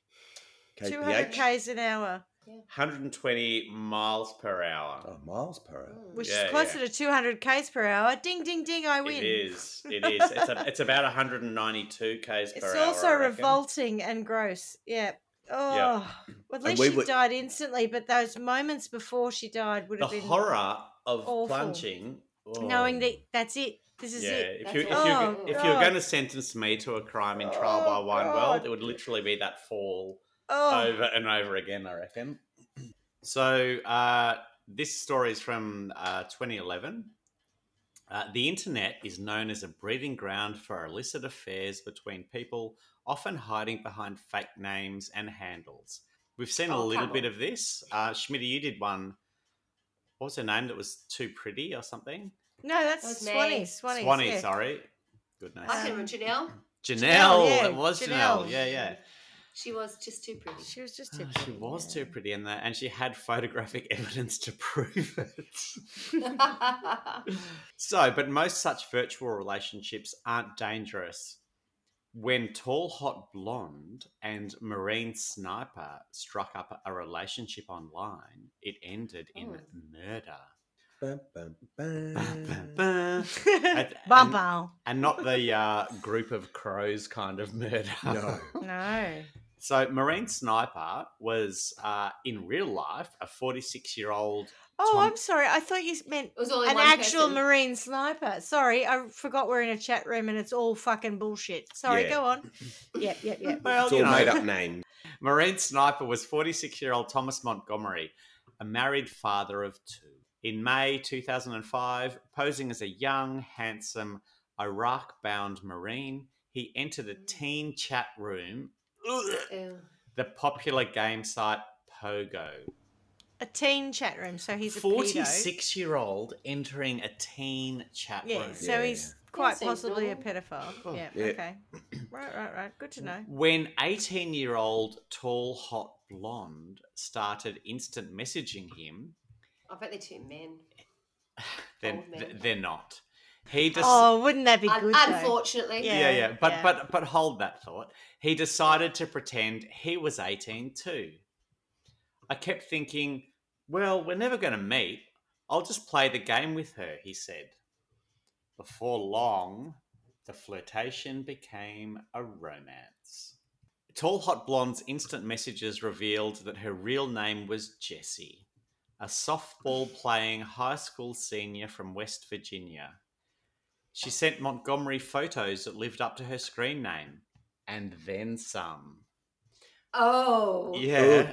A: Two hundred
D: kph.
A: k's an hour,
B: 120 miles per hour.
D: Oh, miles per hour.
C: Mm.
A: which
B: Yeah,
A: is closer
B: yeah.
A: to two hundred k's per hour. Ding, ding, ding! I win.
B: it is. It is. It's, a, it's about 192 k's per
A: It's
B: hour.
A: also
B: I reckon.
A: revolting and gross. Yeah. Oh, well, at
D: And
A: least
D: we
A: she
D: were-
A: died instantly, but those moments before she died would
B: The
A: have been
B: horror of
A: awful.
B: plunging. oh.
A: knowing that that's it. This is
B: yeah,
A: it.
B: if you if you
A: That's
B: are
A: awful.
B: if
A: Oh,
B: you're
A: God.
B: going to sentence me to a crime in trial by
A: Oh,
B: one
A: God.
B: world, it would literally be that fall
A: Oh,
B: over and over again. I reckon. So uh, this story is from uh, 2011. Uh, the internet is known as a breeding ground for illicit affairs between people, often hiding behind fake names and handles. We've seen a
C: Oh,
B: little
C: come
B: bit
C: on.
B: of this. Uh, Schmidt, you did one. What was her name that was too pretty or something?
A: No, that's
C: was
A: Swanee.
C: me.
A: Swanee.
B: Swanee,
A: yeah.
B: sorry. Goodness.
C: I can remember Janelle.
B: Janelle,
A: Janelle, yeah,
B: it was Janelle.
A: Janelle.
B: Yeah, yeah.
C: She was just too pretty.
A: She was just too.
B: Oh,
C: Ah,
B: she
A: pretty,
B: was
A: yeah.
B: too pretty, and the, and she had photographic evidence to prove it. so, but most such virtual relationships aren't dangerous. When Tall Hot Blonde and Marine Sniper struck up a relationship online, it ended in
C: Oh.
B: murder.
D: Bum, bum, bum.
B: Ba, ba, ba. And-
A: Bum
B: and-
A: bum.
B: and not the uh, group of crows kind of murder.
D: No.
A: No.
B: So Marine Sniper was uh, in real life a 46 year old.
A: Oh,
B: Tom-
A: I'm sorry. I thought you meant
C: It was only
A: an
C: one
A: actual
C: person.
A: marine sniper. Sorry, I forgot we're in a chat room and it's all fucking bullshit. Sorry,
D: Yeah.
A: go on. Yep, yep, yep.
B: Well,
D: It's
B: Oh, you
D: all
B: know,
D: made up names.
B: Marine Sniper was 46 year old Thomas Montgomery, a married father of two. In May 2005, posing as a young, handsome, Iraq bound Marine, he entered a teen chat room,
C: Ew.
B: the popular game site Pogo.
A: A teen chat room, so he's a 46.
B: 46 year old entering a teen chat
A: Yeah,
B: room.
A: so
D: Yeah,
A: he's
C: That
A: quite
C: seems
A: possibly a
C: normal.
A: pedophile.
B: Oh.
A: yeah,
D: Yeah.
A: okay. Right, right, right. Good to know.
B: When 18 year old tall, hot blonde started instant messaging him,
C: I bet they're two men.
B: then
C: Old man.
B: th- they're not. He just.
A: Oh, wouldn't that be
C: Un-
A: good? though?
C: unfortunately,
B: yeah,
A: yeah,
B: yeah, But,
A: yeah.
B: but but hold that thought. He decided to pretend he was 18 too. I kept thinking, well, we're never going to meet. I'll just play the game with her, he said. Before long, the flirtation became a romance. Tall Hot Blonde's instant messages revealed that her real name was Jessie, a softball playing high school senior from West Virginia. She sent Montgomery photos that lived up to her screen name, and then some.
C: Oh,
B: Yeah,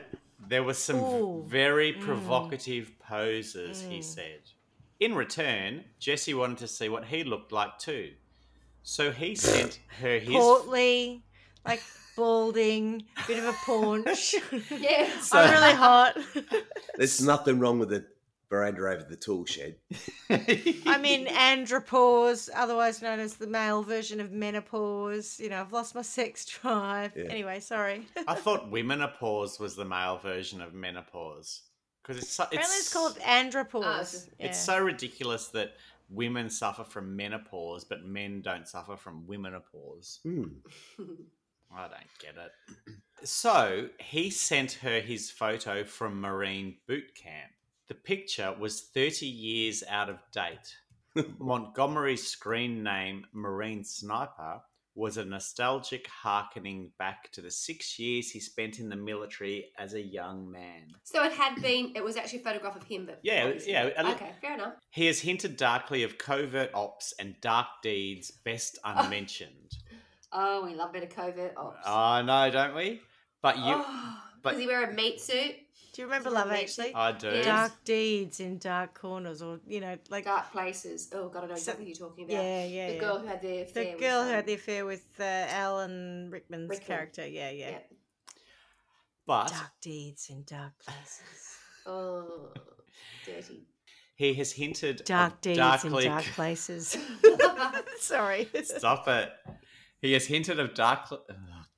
B: there were some v-
A: Ooh.
B: very
A: Mm.
B: provocative poses, he
A: Mm.
B: said. In return, Jesse wanted to see what he looked like too. So he sent her his.
A: Portly, like balding, bit of a paunch.
C: yeah.
A: I'm really hot.
D: There's nothing wrong with the veranda over the tool shed.
A: I'm in andropause, otherwise known as the male version of menopause. You know, I've lost my sex drive.
D: Yeah.
A: Anyway, sorry.
B: I thought womenopause was the male version of menopause because it's so,
A: Apparently, it's,
B: it's
A: called andropause.
C: Ah, it's-
B: It's
A: Yeah.
B: so ridiculous that women suffer from menopause, but men don't suffer from womenopause.
D: Hmm.
B: I don't get it. so he sent her his photo from Marine boot camp. The picture was 30 years out of date. Montgomery's screen name, Marine Sniper, was a nostalgic harkening back to the six years he spent in the military as a young man.
C: so it had been. It was actually a photograph of him, but
B: Yeah,
C: obviously-
B: yeah, a li-
C: Okay, fair enough.
B: He has hinted darkly of covert ops and dark deeds best unmentioned.
C: Oh, we love a bit of covert ops.
B: I know, don't we? But Ah, you,
C: Oh,
B: but-
C: does he wear a meat suit?
A: Do you remember
C: Isn't that
A: Love
C: amazing?
A: Actually?
B: I do.
C: Yes.
A: Dark deeds in dark corners, or you know, like
C: Dark places. Oh God, I know
A: So-
C: exactly who you're talking about.
A: yeah, yeah,
C: the
A: yeah.
C: girl who had the
A: The
C: affair. with,
A: girl who
C: um,
A: had the affair with uh, Alan Rickman's
C: Rickman.
A: character. Yeah, yeah,
C: Yeah.
B: But
A: Dark deeds in dark places.
C: Oh, dirty.
B: He has hinted of
A: Dark deeds
B: darkly.
A: in dark places. Sorry.
B: Stop it. He has hinted of dark. Oh,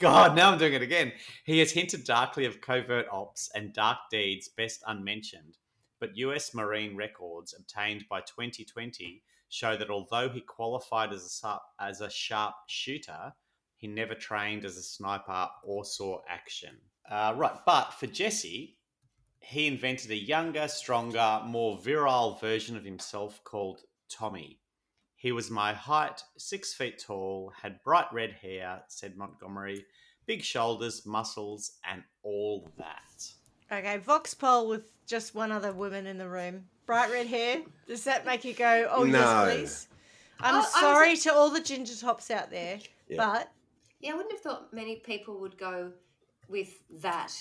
B: God, now I'm doing it again. He has hinted darkly of covert ops and dark deeds best unmentioned, but U.S. Marine records obtained by 2020 show that although he qualified as a sharp, as a sharp shooter, he never trained as a sniper or saw action. Uh, right, but for Jesse, he invented a younger, stronger, more virile version of himself called Tommy. He was my height, six feet tall, had bright red hair, said Montgomery, big shoulders, muscles, and all that.
A: Okay, Vox poll with just one other woman in the room. Bright red hair. Does that make you go, oh,
D: No.
A: yes, please? I'm
C: Oh, I was
A: sorry to all the ginger tops out there,
D: Yeah.
A: but
C: Yeah, I wouldn't have thought many people would go with that.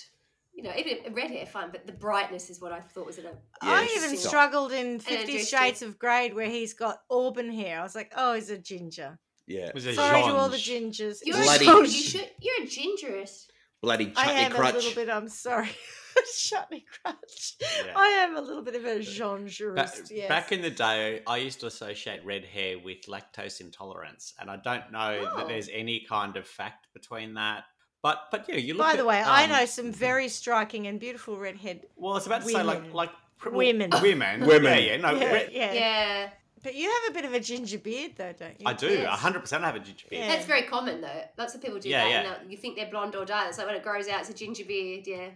C: You know, even red hair, fine, but the brightness is what I thought was a.
A: I
D: Yes.
A: even
D: Stop.
A: struggled in
C: then
A: Fifty
C: do
A: Shades of Grey where he's got auburn hair. I was like, oh, he's a ginger.
D: Yeah.
B: It was a
A: Sorry to all the
B: zhonge.
A: gingers.
C: You're
D: Bloody-
C: a, you should, you're a gingerist.
D: Bloody
A: I
D: chutney
A: am
D: crutch.
A: a little bit. I'm sorry. Chutney crunch.
B: Yeah.
A: I am a little bit of a Jean
B: Ba-
A: jurist. yes.
B: Back in the day, I used to associate red hair with lactose intolerance, and I don't know
C: Oh.
B: that there's any kind of fact between that. But but yeah, you look.
A: By the
B: at,
A: way, I
B: um,
A: know some very striking and beautiful redhead.
B: Well, it's about to say like
A: women.
B: like pr- well,
A: Women.
B: women,
D: Women.
B: Yeah, yeah, no,
A: yeah,
B: re-
A: yeah.
C: Yeah.
A: But you have a bit of a ginger beard, though, don't you?
B: I do.
C: Yes.
B: hundred percent have a ginger beard.
A: Yeah.
C: That's very common though. Lots of people do
B: Yeah,
C: that.
B: yeah.
C: And they'll- you think they're blonde or dark. It's like when it grows out, it's a ginger beard. Yeah,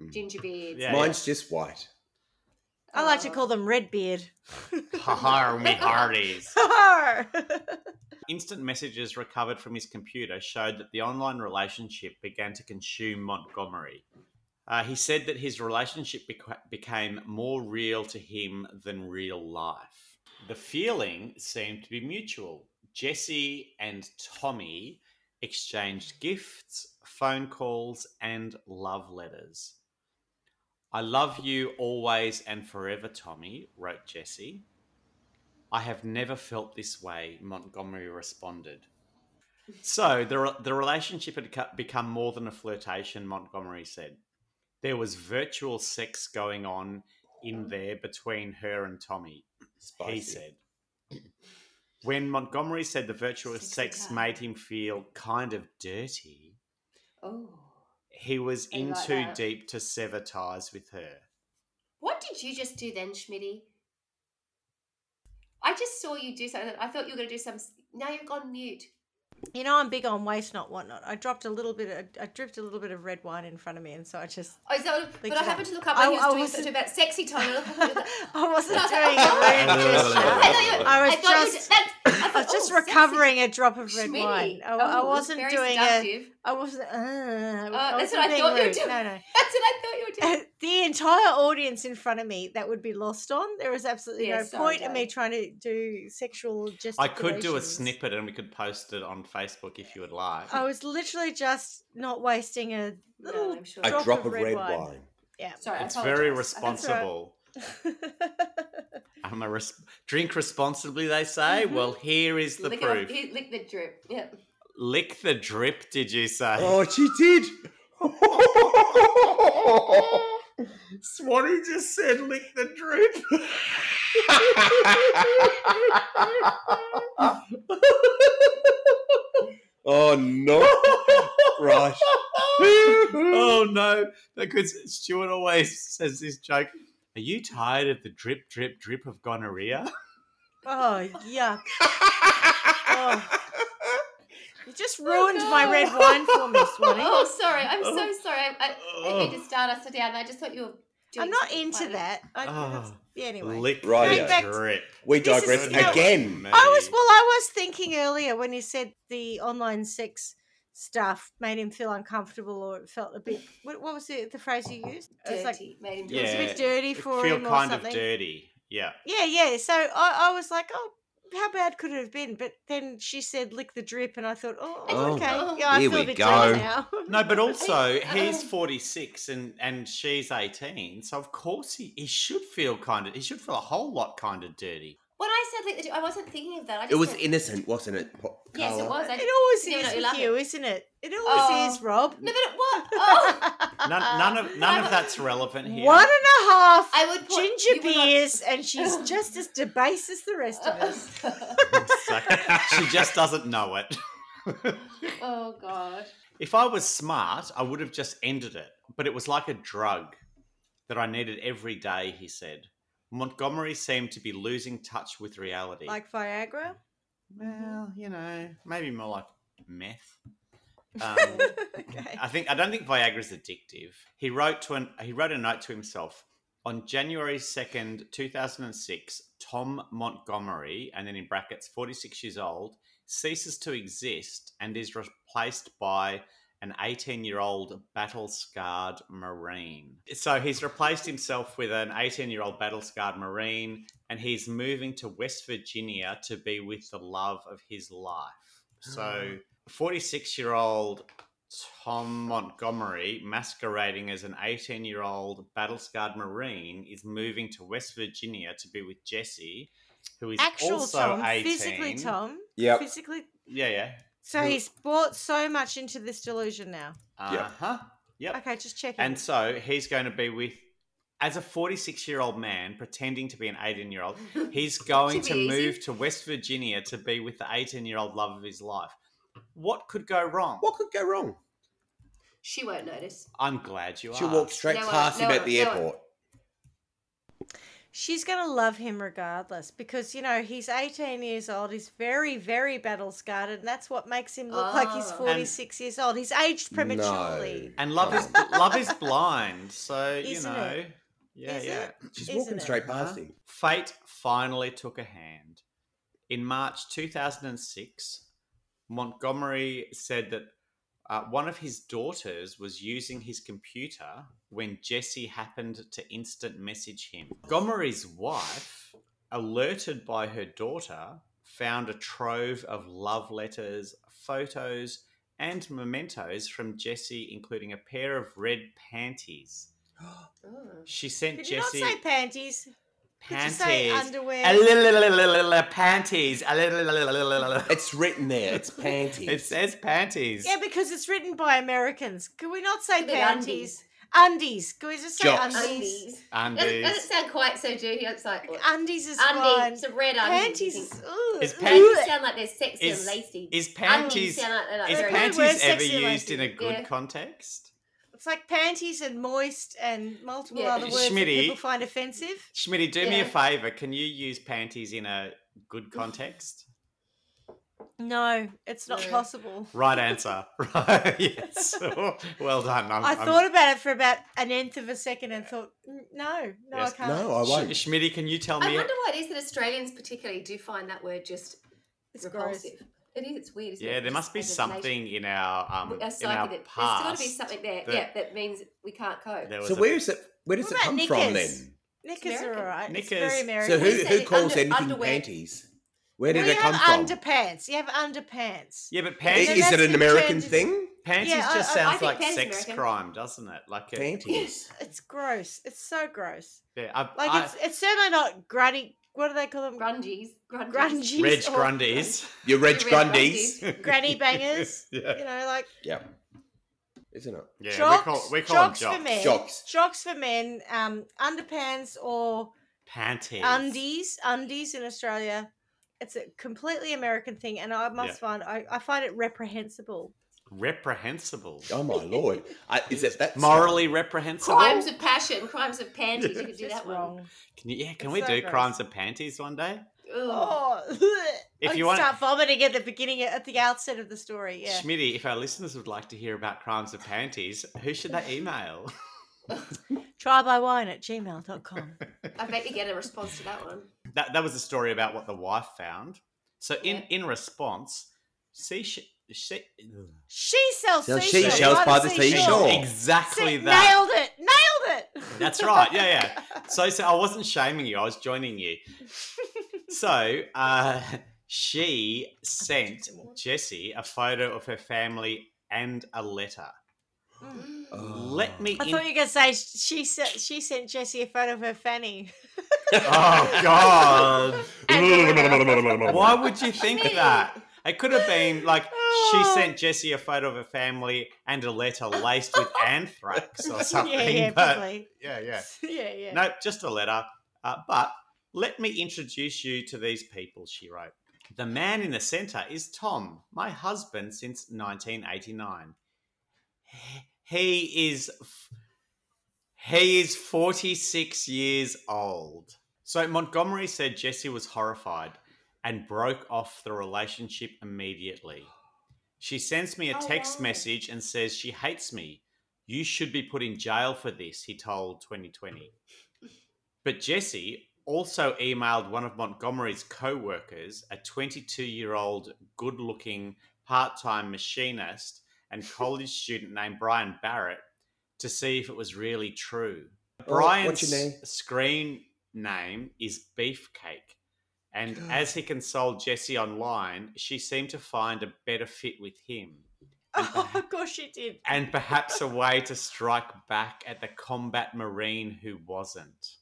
D: Mm.
C: ginger beard.
B: Yeah,
D: Mine's just white.
A: I like to call them red beard.
B: Ha ha, me hearties. Instant messages recovered from his computer showed that the online relationship began to consume Montgomery. Uh, he said that his relationship bequ- became more real to him than real life. The feeling seemed to be mutual. Jesse and Tommy exchanged gifts, phone calls, and love letters. I love you always and forever, Tommy, wrote Jesse. I have never felt this way, Montgomery responded. So the, re- the relationship had co- become more than a flirtation, Montgomery said. There was virtual sex going on in there between her and Tommy,
D: Spicy.
B: he said. When Montgomery said the virtual
C: Sexy
B: sex
C: time.
B: made him feel kind of dirty,
C: Oh,
B: he was
C: I
B: in
C: like
B: too
C: that.
B: deep to sever ties with her.
C: what did you just do then, Schmitty? I just saw you do something. I thought you were going to do some. Now you've gone mute.
A: You know, I'm big on waste not, want not. I dropped a little bit. Of, I dripped a little bit of red wine in front of me, and so I just.
C: Oh, is that,
A: Like
C: but I
A: that.
C: happened to look up
A: I-
C: when he was
A: I
C: doing
A: wasn't-
C: something about sexy time. I thought you-
A: I wasn't doing
C: I
A: a
C: thought
A: rude
C: you-
A: gesture.
C: Oh, I thought you-
A: I was
C: I thought you
A: just-
C: were- that's-
A: I
C: thought,
A: was just
C: oh, sexy.
A: recovering a drop of red wine.
C: Schmitty.
A: I,
C: Oh,
A: I
C: that's
A: wasn't
C: very
A: doing it.
C: seductive.
A: I wasn't. Uh, I
C: that's
A: wasn't
C: what I
A: being
C: thought you were
A: rude.
C: doing.
A: No, no.
C: That's what I thought you were doing.
A: the entire audience in front of me that would be lost on. There is absolutely
C: Yes,
A: no
C: I
A: point in me
C: don't.
A: trying to do sexual just.
B: I could do a snippet and we could post it on Facebook if you would like.
C: Oh,
A: I was literally just not wasting a
C: No,
A: little.
C: I'm sure.
D: A drop, of, red, wine.
C: Sorry, I
B: it's very
C: apologise. I
B: responsible.
C: thought-
B: I'm a res- drink responsibly, they say.
A: Mm-hmm.
C: Mhm.
B: Well, here is the
C: lick it off-
B: proof.
C: he- lick the drip. Yep.
B: Lick the drip, did you say?
D: Oh, she did.
B: Swanee just said, lick the drip.
D: oh no! Right.
B: oh no, because Stuart always says this joke. Are you tired of the drip, drip, drip of gonorrhea?
A: oh yuck! Oh. You just ruined my red wine for me, Swanee.
C: Oh, sorry. I'm so sorry. I, I, I
B: Oh.
C: need to start us down. I just thought you were. Doing
A: I'm not
C: something
A: into
C: funny.
A: that. I, that's-
B: Oh,
A: yeah, anyway.
B: Lick
D: Right,
B: the
A: yeah.
B: drip.
D: We
A: This
D: digress
A: is- no.
D: again.
A: I was well. I was thinking earlier when you said the online sex stuff made him feel uncomfortable, or it felt a bit. What, what was the, the phrase you used? It was
C: Dirty.
A: like
C: made him
A: it was a
B: Yeah.
A: bit dirty
B: It
A: for
B: feel
A: him, or
B: kind
A: something.
B: of dirty. Yeah.
A: Yeah, yeah. So I, I was like, oh, how bad could it have been? But then she said, lick the drip, and I thought, oh,
D: Oh,
A: okay. Yeah, I
D: here
A: feel
D: we
A: a bit
D: go.
A: dirty now.
B: No, but also he's
C: Oh.
B: 46 and and she's 18, so of course he, he should feel kind of he should feel a whole lot kind of dirty.
C: When I said lick the drip, I wasn't thinking of that. I just
D: It was
C: thought-
D: innocent, wasn't it? Po-
C: Yes, it
D: Carla?
C: was. I,
A: It always
C: No, no,
A: is
C: you
A: with
C: love
A: you,
C: it.
A: is isn't it? It always is, Rob.
C: no, but it was. Oh,
B: None, none of none of that's relevant here.
A: One and a half
C: I would put
A: ginger
C: you were not-
A: beers, and she's just as debased as the rest of us.
B: So- she just doesn't know it.
C: oh God.
B: If I was smart, I would have just ended it, but it was like a drug that I needed every day, he said. Montgomery seemed to be losing touch with reality.
A: Like Viagra.
B: well, you know, maybe more like meth. Um,
A: okay.
B: I think I don't think Viagra's addictive. He wrote to an, he wrote a note to himself on January second, two thousand and six. Tom Montgomery, and then in brackets, forty six years old, ceases to exist and is replaced by an eighteen year old battle scarred marine. So he's replaced himself with an eighteen year old battle scarred marine, and he's moving to West Virginia to be with the love of his life. So. 46 year old Tom Montgomery, masquerading as an 18 year old battle scarred Marine, is moving to West Virginia to be with Jesse, who is
A: Actual
B: also
A: Tom,
B: 18.
A: physically Tom,
D: Yep.
A: physically.
B: Yeah, yeah.
A: So
D: Who-
A: he's bought so much into this delusion now.
B: Uh huh. Yep.
A: Okay, just checking.
B: And so he's going to be with, as a 46 year old man pretending to be an 18 year old, he's going
C: Should
B: to
C: be easy.
B: move to West Virginia to be with the 18 year old love of his life. What could go wrong?
D: What could go wrong?
C: She won't notice.
B: I'm glad you
D: She'll
B: asked.
D: walk straight
C: No one-
D: past him
C: no
D: at
C: one-
D: the
C: no one.
D: airport.
A: She's going to love him regardless because, you know, he's 18 years old. He's very, very battle scarred, and that's what makes him look like he's
C: Oh. And-
A: 46 years old. He's aged prematurely.
B: And love is love is blind, so you
A: Isn't
B: know,
A: it?
B: yeah,
A: Is
B: yeah.
A: it?
D: She's
A: Isn't
D: walking
A: it?
D: straight past him.
B: Fate finally took a hand. In March 2006, Montgomery said that uh, one of his daughters was using his computer when Jesse happened to instant message him. Montgomery's wife, alerted by her daughter, found a trove of love letters, photos, and mementos from Jesse, including a pair of red panties.
C: Oh.
B: She sent
A: Could you
B: Jesse
A: not say panties? Could you
B: panties.
A: say um, underwear?
B: Alalalalala, Panties. Alalalalala.
D: It's written there. It's panty.
B: It says panties.
A: Yeah, because it's written by Americans. Could we not say
C: Could be
A: panties? Undies. Could we just say
D: Jocks.
A: undies?
C: Undies. Doesn't, doesn't
B: Undies.
C: sound quite so dirty. It's like
A: Undies,
C: undies.
A: is fine.
C: It's a red undie.
A: Panties
C: You
A: is
C: think-
A: ooh.
B: Is
A: ooh.
B: panties-
C: Panties sound like they're sexy
B: Is-
C: and lacy.
B: Is
C: Undies
B: panties
C: sound like they're not
B: is
C: very
A: pan-
C: good.
A: We're
B: panties ever
A: sexy
B: used
A: ladies.
B: in a good
C: Yeah.
B: context?
A: It's like panties and moist and multiple
C: Yeah.
A: other words that
B: Schmitty.
A: people find offensive.
B: Schmitty, do me a
C: Yeah.
B: favor. Can you use panties in a good context?
A: No, it's not
C: No.
A: possible.
B: Right answer. Right. Yes. well done. I'm,
A: I
B: I'm-
A: thought about it for about an nth of a second and thought, "Mm, no, no,
B: Yes.
A: I can't.
D: no, I
B: Sch-
D: won't.
B: Schmitty, can you tell
C: I
B: me?
C: wonder why it is that Australians particularly do find that word just
A: it's gross.
C: repulsive. It is. It's weird. Isn't
B: yeah,
C: it?
B: there
C: Just
B: must be
C: as a nation-
B: something in our um
C: a
B: in
C: psyche
B: our
C: that there's got
B: past.
C: to be something there.
B: that-
C: yeah, that means we can't cope.
B: there
D: So
B: was a-
D: where is it? Where does
A: What
D: it
A: about
D: come from
A: knickers?
D: then?
A: Knickers are
C: American.
A: all right. It's
B: Knickers.
A: very American.
D: So who,
C: Who
D: who
C: said
D: calls
C: under-
D: anything
C: underwear?
D: panties? Where did
A: Well,
D: it
A: you
D: come from?
A: have underpants. You have underpants.
B: yeah,
A: And
B: but
D: I-
A: then
B: panties
D: Is
A: that's
D: it an
A: been
D: American
A: turned-
D: thing?
B: Panties
A: Yeah, I-
B: just
A: I- I
B: sounds
C: think
B: like
C: panties
B: sex
C: American.
B: crime, doesn't it? Like a,
D: Panties.
A: It's gross. It's so gross.
B: yeah, I,
A: Like
B: I,
A: it's it's certainly not grunty. What do they call them?
C: Grungies. Grungies.
A: Grungies.
B: Reg
A: or
B: Grundy's.
D: Your Reg
C: Your Reg
D: Grundys.
A: Granny bangers.
B: yeah,
A: You know, like
D: yeah. Isn't it?
B: yeah
A: jocks.
B: we call, we call
A: jocks,
B: them
A: for
B: jocks.
A: men.
D: Jocks.
A: Jocks for men. Um, underpants or
B: Panties.
A: undies. Undies in Australia. It's a completely American thing, and I must find I, I find it reprehensible.
B: Reprehensible.
D: Oh my lord. I, is it that
B: Morally reprehensible.
C: Crimes of passion. Crimes of panties. You could
A: It's
C: do
A: just
C: that
A: wrong.
B: Can you, yeah, can
A: It's
B: we
A: so
B: do
A: gross.
B: crimes of panties one day?
C: one. Ugh.
A: Oh,
B: If
A: I
B: you want-
A: start vomiting at the beginning, at the outset of the story, yeah.
B: Schmitty, if our listeners would like to hear about crimes of panties, who should they email?
A: Try by wine at gmail.com.
C: I bet you get a response to that one.
B: that that was a story about what the wife found. So in
C: Yeah.
B: in response, see she, she
A: She sells
D: Sells
A: seashells,
D: seashells by the seashore.
A: See,
B: exactly that.
A: Nailed it! Nailed it!
B: That's right. Yeah, yeah. So, so I wasn't shaming you. I was joining you. So uh, she sent Jesse a photo of her family and a letter.
A: Mm.
D: Oh.
B: Let me.
A: I
B: in-
A: thought you were going to say sh- she sent, she sent Jesse a photo of her fanny.
B: oh God! Why
D: Why
B: would you think
C: Schmitty.
B: that? It could have been like she
A: Oh.
B: sent Jesse a photo of her family and a letter laced with anthrax or something.
A: yeah, yeah,
B: but-
A: probably.
B: yeah, yeah.
A: yeah, yeah.
B: No, just a letter. Uh, but let me introduce you to these people, she wrote. The man in the centre is Tom, my husband since 1989. He is. f- He is 46 years old. So Montgomery said Jesse was horrified and broke off the relationship immediately. She sends me a
C: Oh,
B: text
C: wow.
B: message and says she hates me. You should be put in jail for this, he told 2020. But Jesse also emailed one of Montgomery's co workers, a 22 year old, good looking, part time machinist and college student named Brian Barrett, to see if it was really true.
D: Oh,
B: Brian's
D: what's your name?
B: screen name is Beefcake. And as he consoled Jesse online, she seemed to find a better fit with him
A: Oh, of course she did.
B: and perhaps a way to strike back at the combat marine who wasn't.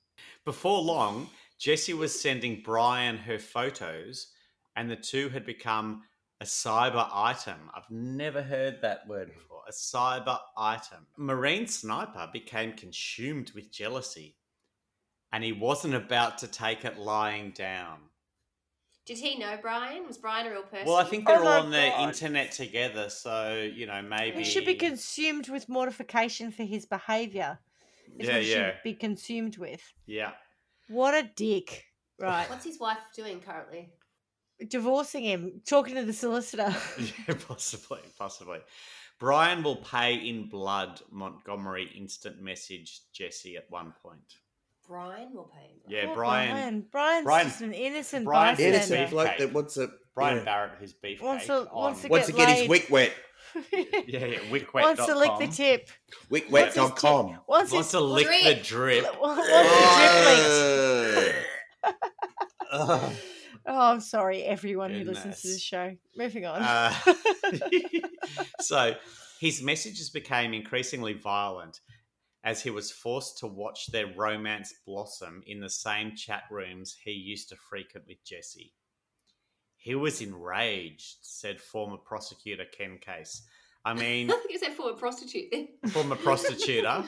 B: Before long, Jessie was sending Brian her photos, and the two had become a cyber item. I've never heard that word before. a cyber item. Marine Sniper became consumed with jealousy, and he wasn't about to take it lying down.
C: Did he know Brian? Was Brian a real person?
B: Well, I think they're
A: Oh
B: all
A: my
B: on the
A: God.
B: internet together, so you know maybe
A: He should be consumed with mortification for his behaviour. is
B: Yeah,
A: what he
B: yeah,
A: should be consumed with.
B: yeah.
A: What a dick. Right.
C: What's his wife doing currently?
A: Divorcing him, talking to the solicitor.
B: Yeah, possibly, possibly. Brian will pay in blood. Montgomery instant message Jesse at one point.
C: Brian will pay him.
B: Yeah,
A: Poor
B: Brian.
A: Brian's
B: Brian-
A: just an innocent
B: Brian's
A: bystander.
B: innocent
D: Innocent bloke
B: Beefcake.
D: that wants a
B: Brian
D: yeah,
B: Barrett, who's beefcake.
A: Wants to- wants to
B: on-
D: wants to get
A: laid.
D: his wick wet,
B: yeah, yeah, wickwet.com.
A: Wants to lick the tip. What's his
D: wickwet.com.
A: Wants,
B: Wants
A: his,
B: to lick the
C: Drip.
B: drip.
A: wants his drip licked.
D: Oh.
B: Ugh.
A: Oh, I'm sorry, everyone who listens to
B: Goodness.
A: this show. Moving on.
B: Uh, so his messages became increasingly violent as he was forced to watch their romance blossom in the same chat rooms he used to frequent with Jesse. He was enraged, said former prosecutor Ken Case. I mean,
C: I think you said forward prostitute then.
B: former prostitutor.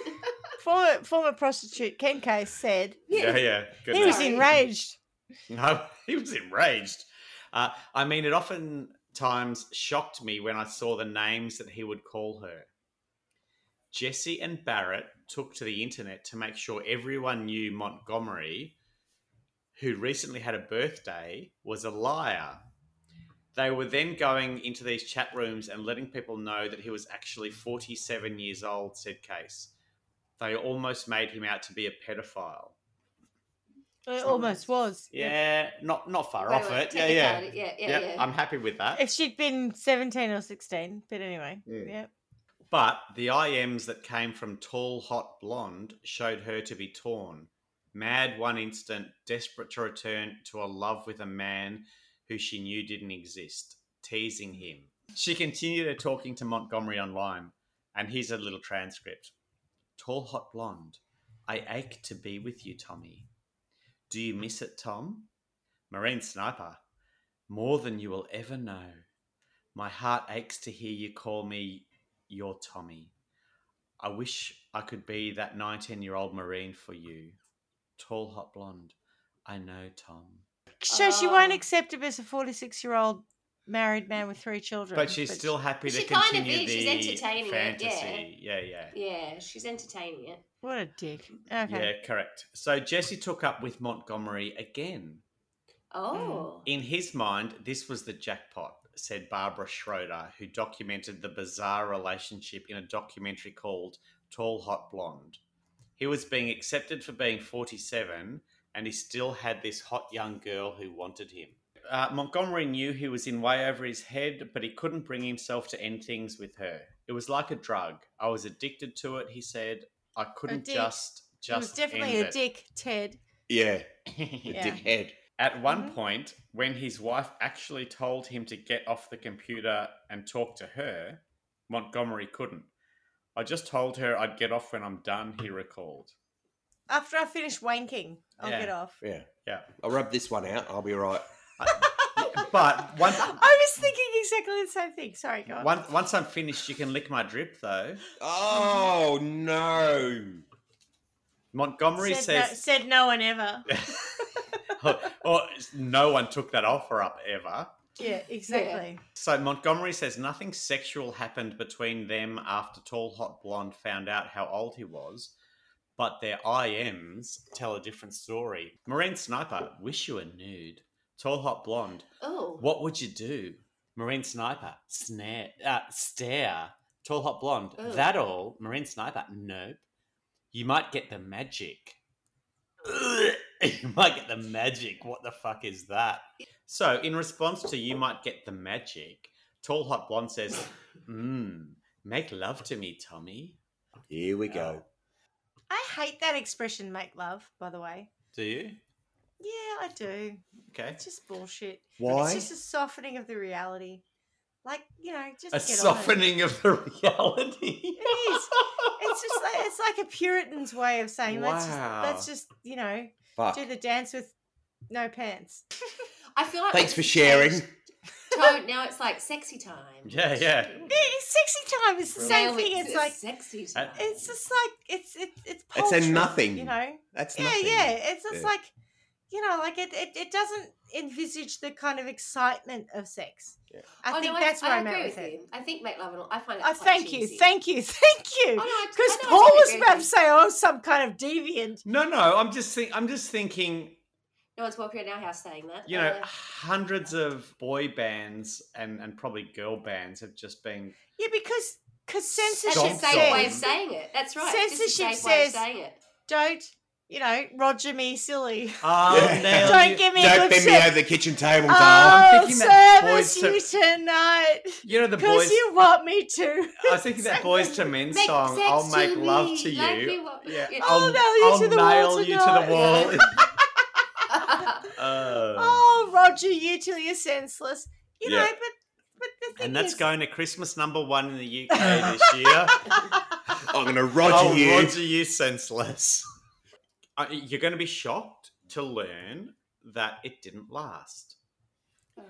A: former, former prostitute Ken Case said
B: yeah, yeah.
A: he was
C: Sorry.
A: enraged.
B: No, he was enraged. Uh, I mean, it oftentimes shocked me when I saw the names that he would call her. Jesse and Barrett took to the internet to make sure everyone knew Montgomery, who recently had a birthday, was a liar. They were then going into these chat rooms and letting people know that he was actually 47 years old, said Case. They almost made him out to be a pedophile.
A: It almost was.
B: Yeah, not not far
C: Wait,
B: off
C: wait,
B: it. Yeah,
C: technicality.
B: yeah.
C: yeah, yeah,
B: Yeah,
C: yeah.
B: I'm happy with that.
A: If she'd been 17 or 16, but anyway.
D: Mm.
A: Yeah.
B: But the IMs that came from Tall Hot Blonde showed her to be torn. Mad one instant, desperate to return to a love with a man who she knew didn't exist, teasing him. She continued her talking to Montgomery online, and here's a little transcript Tall Hot Blonde, I ache to be with you, Tommy. Do you miss it, Tom? Marine Sniper, more than you will ever know. My heart aches to hear you call me your Tommy. I wish I could be that 19 year old Marine for you. Tall, hot blonde. I know, Tom.
A: So she won't
B: Um,
C: Oh.
A: accept him as a 46 year old married man with three children.
B: But she's still happy to
C: She kind of
B: continue
C: is,
B: the
C: she's entertaining it,
B: fantasy. yeah, yeah.
C: Yeah, she's entertaining it.
A: What a dick. Okay.
B: Yeah, correct. So Jesse took up with Montgomery again. Hmm.
C: Oh.
B: In his mind, this was the jackpot, said Barbara Schroeder, who documented the bizarre relationship in a documentary called Tall Hot Blonde. He was being accepted for being 47, and he still had this hot young girl who wanted him. Uh, Montgomery knew he was in way over his head, but he couldn't bring himself to end things with her. It was like a drug. I was addicted to it, he said. I couldn't
A: dick.
B: just
A: She was
B: just
A: definitely
B: end
A: a
B: it.
A: dick, Ted.
D: Yeah, the
A: Yeah.
D: dickhead.
B: At one
A: Mhm.
B: point, when his wife actually told him to get off the computer and talk to her, Montgomery couldn't. I just told her I'd get off when I'm done, he recalled.
A: After I finish wanking, I'll
B: Yeah.
A: get off.
D: Yeah,
B: Yeah.
D: I'll rub this one out. I'll be all right.
B: But once,
A: I was thinking exactly the same thing. Sorry, go on.
B: once, once I'm finished, you can lick my drip, though.
D: Oh no!
B: Montgomery
A: said, no,
B: says,
A: said no one ever.
B: or, no one took that offer up ever.
A: Yeah, exactly.
B: So Montgomery says nothing sexual happened between them after Tall Hot Blonde found out how old he was, but their IMs tell a different story. Marine Sniper, wish you were nude. Tall Hot Blonde,
C: Oh.
B: what would you do? Marine Sniper, snare, uh, stare. Tall Hot Blonde,
C: Ooh.
B: that all. Marine Sniper, nope. You might get the magic. you might get the magic. What the fuck is that? So, in response to you might get the magic, Tall Hot Blonde says, Mmm, make love to me, Tommy.
D: Here we go.
A: I hate that expression, make love, by the way.
B: Do you?
A: Yeah, I do.
B: Okay.
A: It's just bullshit.
D: Why?
A: It's just a softening of the reality. Like, you know, just
B: A
A: get on it.
B: softening of the reality.
A: It is. It's just like it's like a Puritan's way of saying let's just let's
B: Wow.
A: just you know
D: Fuck.
A: do the dance with no pants.
C: I feel like that's
D: Thanks for
C: the
D: sharing.
C: stage. Toad, now it's like sexy time.
B: Yeah, yeah.
A: Sexy time is the same
C: Nail
A: thing.
C: it,
A: It's like
C: sexy
B: uh,
C: time.
A: it's just like it's it, it's
D: It's a
A: paltry,
D: nothing.
A: You know.
D: That's
A: yeah,
D: nothing.
A: yeah. It's just
D: Yeah.
A: like you know, like it, it it doesn't envisage the kind of excitement of sex.
D: Yeah.
A: I
C: Oh,
A: think
C: no,
A: that's where
C: I,
A: I'm
C: agree
A: at
C: with
A: with it.
C: you. I think make love and all. I find it.
A: Oh,
C: quite
A: thank you,
C: cheesy.
A: thank you, thank
C: Oh,
A: you.
C: no, I-
A: Because
C: I know, I
A: Paul was
C: totally
A: about
C: agree.
A: to say, "Oh, some kind of deviant."
B: No, no. I'm just think. I'm just thinking.
C: No one's walking around our house saying that.
B: You know,
C: Uh,
B: hundreds of boy bands and and probably girl bands have just been.
A: Yeah, because because
C: that's
A: censorship
B: Stop
C: just a safe way of
A: says,
C: saying it. That's right. just a
A: Censorship
C: safe way of
A: says-
C: saying it.
A: "Don't you know, Roger me silly."
B: Oh,
D: Yeah.
B: nailed
A: Don't
B: you.
A: give me a
D: Don't
A: good
D: bend me
A: shit.
D: over the kitchen table, darling.
B: I'm
A: Oh,
B: thinking that boys
A: service you tonight,
B: You know the
A: because
B: boys.
A: you want me to.
B: I think that boys to men
C: Make
B: song.
C: sex
B: I'll make love
C: me,
B: to you.
C: like we want-
B: yeah.
C: Yeah.
A: I'll nail you
B: I'll
A: to the wall
B: nail you to
A: tonight.
B: the wall.
C: I
B: Oh.
A: Oh, Roger, you till you're senseless. You
D: Yeah.
A: know, but but the thing
B: and that's
A: is,
B: going to Christmas number one in the UK this year.
D: I'm gonna
B: I'll
D: roger you.
B: Roger you senseless. Uh, You're going to be shocked to learn that it didn't last.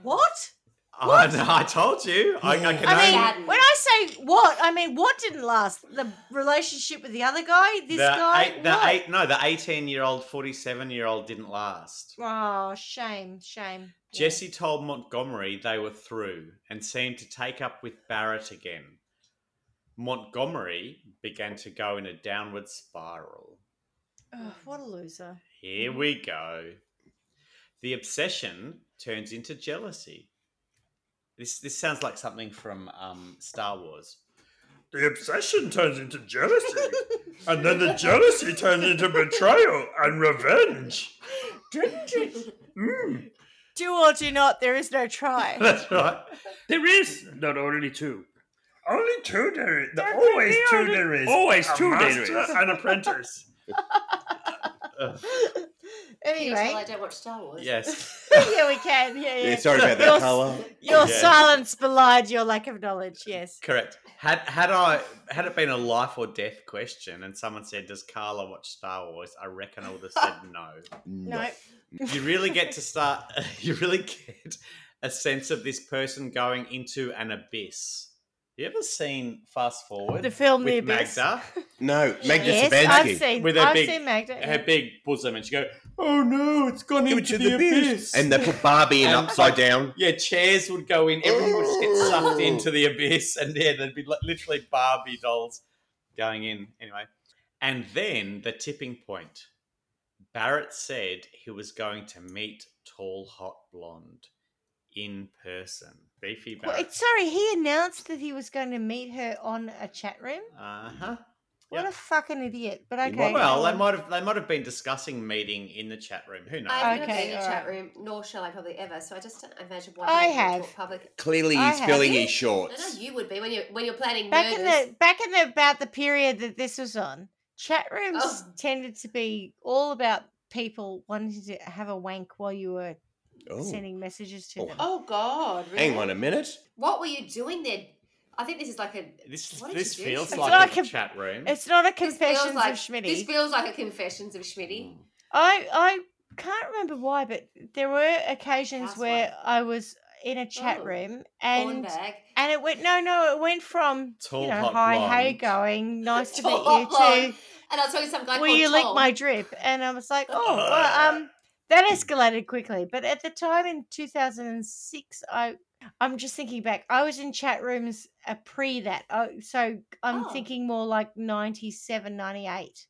A: what?
B: I,
A: What?
B: know, I told you. I, I
D: Yeah.
B: can
A: I
B: only-
A: mean,
C: Madden.
A: when I say what, I mean what didn't last? The relationship with the other guy, this
B: the
A: guy,
B: eight, the
A: what?
B: eight, no, the eighteen-year-old, forty-seven-year-old didn't last.
A: Oh, shame, shame.
B: Jesse told Montgomery they were through and seemed to take up with Barrett again. Montgomery began to go in a downward spiral.
A: Ugh, what a loser.
B: Here we go. The obsession turns into jealousy. This this sounds like something from um, Star Wars.
E: The obsession turns into jealousy, and then the jealousy turns into betrayal and revenge. Mm,
A: Do or do not, there is no try.
B: That's right.
E: There is not only two.
F: Only two there is.
E: There
F: always
E: could
F: two
E: be only-
F: there is.
E: Always
F: a
E: two there is.
F: master and apprentice.
A: anyway,
C: don't watch Star Wars.
B: Yes.
A: yeah, we can. Yeah, yeah.
D: Yeah, sorry about
A: Your
D: that,
A: s-
D: Carla.
A: Your
B: Yeah.
A: silence belied your lack of knowledge. Yes.
B: Correct. Had had I had it been a life or death question, and someone said, "Does Carla watch Star Wars?" I reckon I would have said no.
A: No.
B: You really get to start. You really get a sense of this person going into an abyss. You ever seen Fast Forward?
A: The film The
B: with
A: Abyss.
B: Magda.
D: No, Magda
A: yes,
D: Sabansky.
A: I've seen.
B: With her
A: I've
B: big-
A: seen Magda.
B: her
A: yeah.
B: big bosom and she go, Oh no, it's gone
D: Give it
B: into
D: to
B: the,
D: the
B: abyss.
D: And they put Barbie in
B: And-
D: upside down.
B: yeah, chairs would go in, everything would just get sucked
D: Ooh.
B: into the abyss, and yeah, there'd be li- literally Barbie dolls going in. Anyway. And then the tipping point. Barrett said he was going to meet tall, hot blonde in person. Beefy
A: Well,
B: Barrett.
A: it's- sorry, he announced that he was going to meet her on a chat room.
B: Uh huh.
A: What
B: Yeah.
A: a fucking idiot! But okay.
B: Well,
A: go
B: they
A: on.
B: might have they might have been discussing meeting in the chat room. Who knows?
C: I've never
A: Okay,
C: been in a
A: all
C: chat
A: right.
C: room, nor shall I probably ever. So I just don't imagine why
A: I
C: people
A: have.
C: talk public.
D: Clearly,
A: I
D: he's
A: have.
D: filling his
C: I know
D: shorts.
C: you would be when you're when you're planning
A: back in
C: murders.
A: the back in the about the period that this was on, chat rooms
C: Oh.
A: tended to be all about people wanting to have a wank while you were
D: Oh,
A: sending messages to
D: Oh.
A: them.
C: Oh God! Really?
D: hang on a minute.
C: What were you doing then? I think this is like a.
B: This is-
C: What did
B: this
C: you do?
B: feels
C: It's
B: like,
A: like
B: a,
A: a-
B: chat room.
A: It's not a
C: This feels
A: confessions of
C: like- This
A: Schmitty.
C: feels like a confessions of Schmitty.
A: I I can't remember why, but there were occasions
C: Housewife.
A: where I was in a chat
C: Oh.
A: room
B: Mm.
C: Porn
A: and
C: bag.
A: and it went no no it went from
B: Tall,
A: you know
B: hot
A: hi how you
B: blonde."
A: going nice to meet
C: Tall,
A: you
C: hot
A: to
C: blonde. And I was talking to some guy
A: will
C: called
A: you lick
C: Tom.
A: my drip? And I was like, oh,
B: Uh.
A: well, um, that escalated quickly. But at the time in 2006, I, I'm just thinking back. I was in chat rooms uh, pre that, oh, so I'm
C: Oh.
A: thinking more like 97, 98.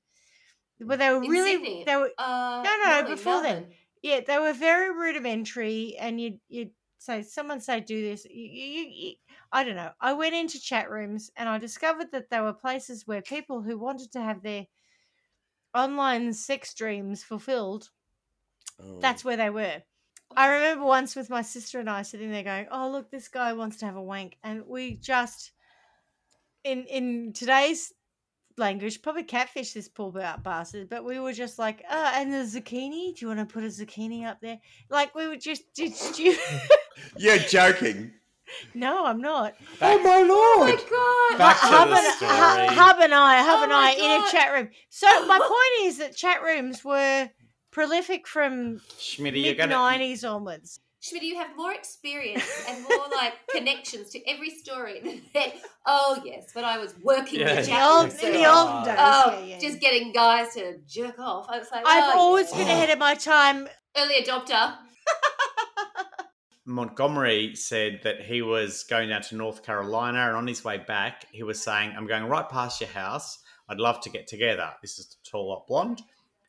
A: But they were
C: In
A: really,
C: Sydney?
A: they were,
C: Uh,
A: No, no,
C: in
A: before then.
C: Melbourne.
A: yeah, they were very rudimentary, and you'd you'd say someone say do this. You, you, you- you, I don't know. I went into chat rooms and I discovered that there were places where people who wanted to have their online sex dreams fulfilled.
D: Oh.
A: That's where they were. I remember once with my sister and I sitting there going, "Oh look, this guy wants to have a wank," and we just in in today's language probably catfish this poor ba- bastard. But we were just like, "Oh, and the zucchini? Do you want to put a zucchini up there?" Like we were just did you?
D: You're joking.
A: no, I'm not.
D: Oh my lord!
C: Oh my God!
B: Back
A: Like,
B: to
A: hub,
B: the
A: and,
B: story.
A: hu- hub and I, hub
C: Oh
A: and
C: my
A: I in a
C: God.
A: chat room. So my point is that chat rooms were prolific from
B: Schmitty, you're
A: mid
B: gonna
A: '90s onwards.
C: Schmidt, you have more experience and more like connections to every story than that. Oh yes, when I was working
B: Yeah.
C: with
A: The old,
C: Japanese,
A: in the
C: so-
A: olden days.
C: oh,
A: yeah, yeah.
C: just getting guys to jerk off. I was like,
A: I've
C: oh,
A: always been ahead of my time.
C: early adopter.
B: Montgomery said that he was going down to North Carolina, and on his way back, he was saying, "I'm going right past your house. I'd love to get together." This is the tall, lot blonde.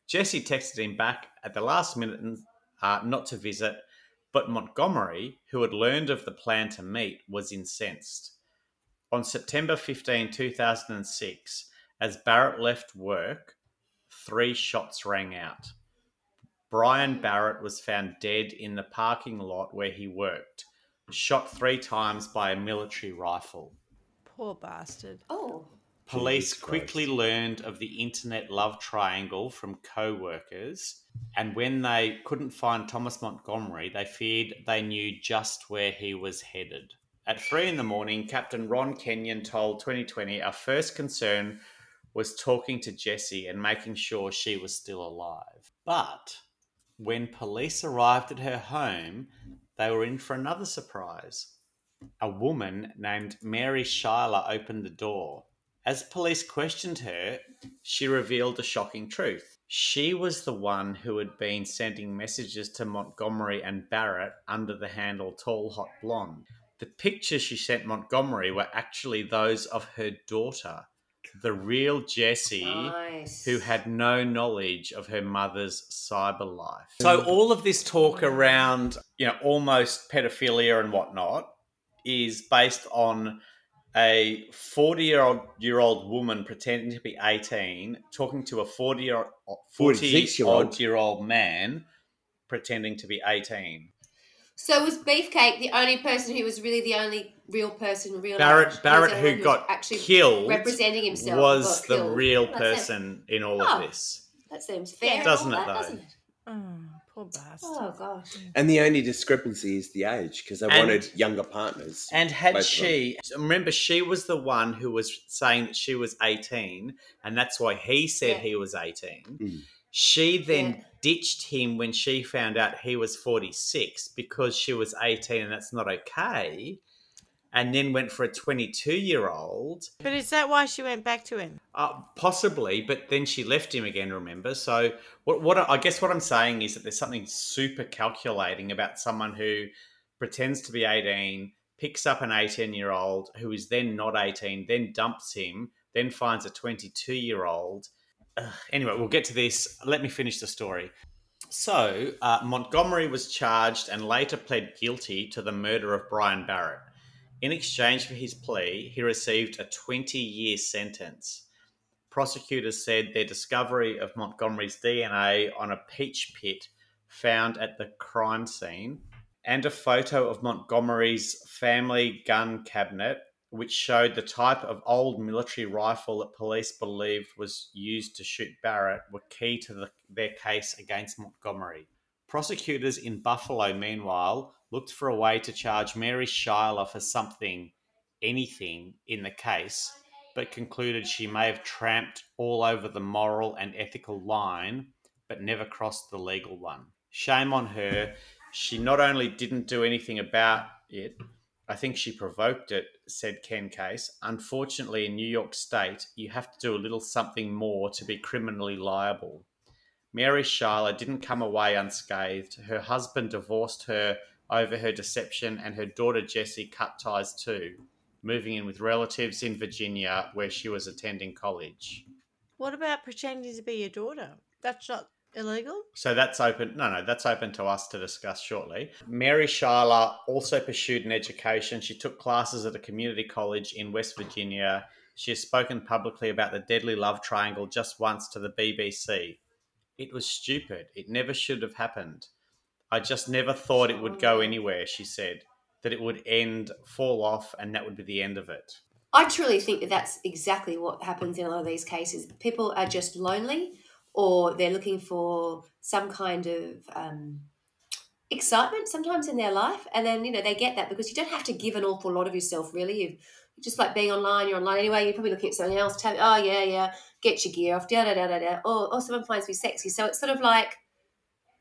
B: Jesse texted him back at the last minute and, uh, not to visit, but Montgomery, who had learned of the plan to meet, was incensed. On September 15, 2006, as Barrett left work, three shots rang out. Brian Barrett was found dead in the parking lot where he worked, shot three times by a military rifle.
A: Poor bastard.
C: Oh,
B: Police
D: Jesus Christ.
B: quickly learned of the internet love triangle from co workers, and when they couldn't find Thomas Montgomery, they feared they knew just where he was headed. At three in the morning, Captain Ron Kenyon told 2020 our first concern was talking to Jessie and making sure she was still alive. But when police arrived at her home, they were in for another surprise. A woman named Mary Schuyler opened the door. As police questioned her, she revealed a shocking truth. She was the one who had been sending messages to Montgomery and Barrett under the handle Tall Hot Blonde. The pictures she sent Montgomery were actually those of her daughter, the real Jessie
C: nice.
B: who had no knowledge of her mother's cyber life. So all of this talk around, you know, almost pedophilia and whatnot is based on a 40 year old year old woman pretending to be 18 talking to a 40 year 40
D: 46-year-old.
B: odd year old man pretending to be 18
C: So was Beefcake the only person who was really the only real person, in real life? He was
B: barrett
C: the
B: barrett
C: only
B: who
C: one was
B: got
C: actually
B: killed
C: representing himself
B: was
C: got
B: the
C: killed.
B: real
C: That's it.
B: person in all
C: Oh.
B: of this
C: That seems fair,
B: Doesn't
C: and all
B: it,
C: that,
B: though?
C: doesn't it?
A: Oh, poor bastard.
C: Oh gosh.
D: And the only discrepancy is the age because they
B: And-
D: wanted younger partners.
B: And had
D: both of them.
B: she remember she was the one who was saying that she was 18 and that's why he said
C: Yeah.
B: he was 18.
D: Mm.
B: She then
C: Yeah.
B: ditched him when she found out he was 46 because she was 18 and that's not okay. And then went for a 22 year old,
A: But is that why she went back to him?
B: uh, possibly, but then she left him again, remember? So, what, what I I guess what I'm saying is that there's something super calculating about someone who pretends to be 18, picks up an 18 year old who is then not 18, then dumps him, then finds a 22 year old. Ugh, Anyway, we'll get to this. Let me finish the story. So, uh, Montgomery was charged and later pled guilty to the murder of Brian Barrett. In exchange for his plea, he received a 20 year sentence prosecutors said their discovery of Montgomery's DNA on a peach pit found at the crime scene and a photo of Montgomery's family gun cabinet, which showed the type of old military rifle that police believed was used to shoot Barrett, were key to the, their case against Montgomery. Prosecutors in Buffalo, meanwhile, looked for a way to charge Mary Schuyler for something, anything, in the case, but concluded she may have tramped all over the moral and ethical line, but never crossed the legal one. Shame on her. She not only didn't do anything about it, I think she provoked it, said Ken Case. Unfortunately, in New York State, you have to do a little something more to be criminally liable. Mary Sharla didn't come away unscathed. Her husband divorced her over her deception, and her daughter Jessie cut ties too moving in with relatives in Virginia where she was attending college.
A: What about pretending to be your daughter? That's not illegal.
B: So that's open. No, no, that's open to us to discuss shortly. Mary Sharla also pursued an education. She took classes at a community college in West Virginia. She has spoken publicly about the deadly love triangle just once to the BBC. It was stupid. It never should have happened. I just never thought it would go anywhere, she said, that it would end, fall off, and that would be the end of it.
C: I truly think that that's exactly what happens in a lot of these cases. People are just lonely, or they're looking for some kind of um, excitement sometimes in their life, and then you know they get that because you don't have to give an awful lot of yourself. Really, you just like being online. You're online anyway. You're probably looking at something else. Tell oh yeah yeah, get your gear off. Da da da da da. Oh oh, someone finds me sexy. So it's sort of like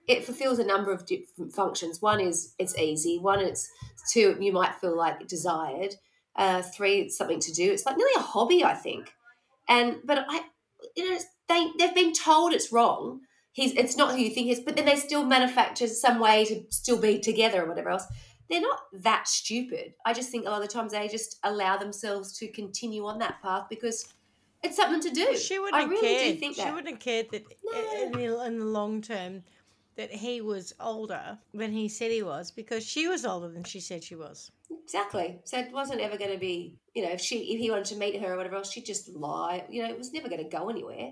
C: it fulfills a number of different functions. One is it's easy. One it's two you might feel like desired. Uh, three it's something to do. It's like nearly a hobby, I think. And but I, you know, they they've been told it's wrong. He's it's not who you think he is, but then they still manufacture some way to still be together or whatever else. They're not that stupid. I just think a lot of times they just allow themselves to continue on that path because it's something to do.
A: She
C: I
A: wouldn't
C: really
A: have cared.
C: do think
A: She
C: that.
A: wouldn't have cared that eh,
C: No.
A: in, the, in the long term that he was older than he said he was because she was older than she said she was.
C: Exactly. So it wasn't ever going to be, you know, if she if he wanted to meet her or whatever else, she'd just lie. You know, it was never going to go anywhere.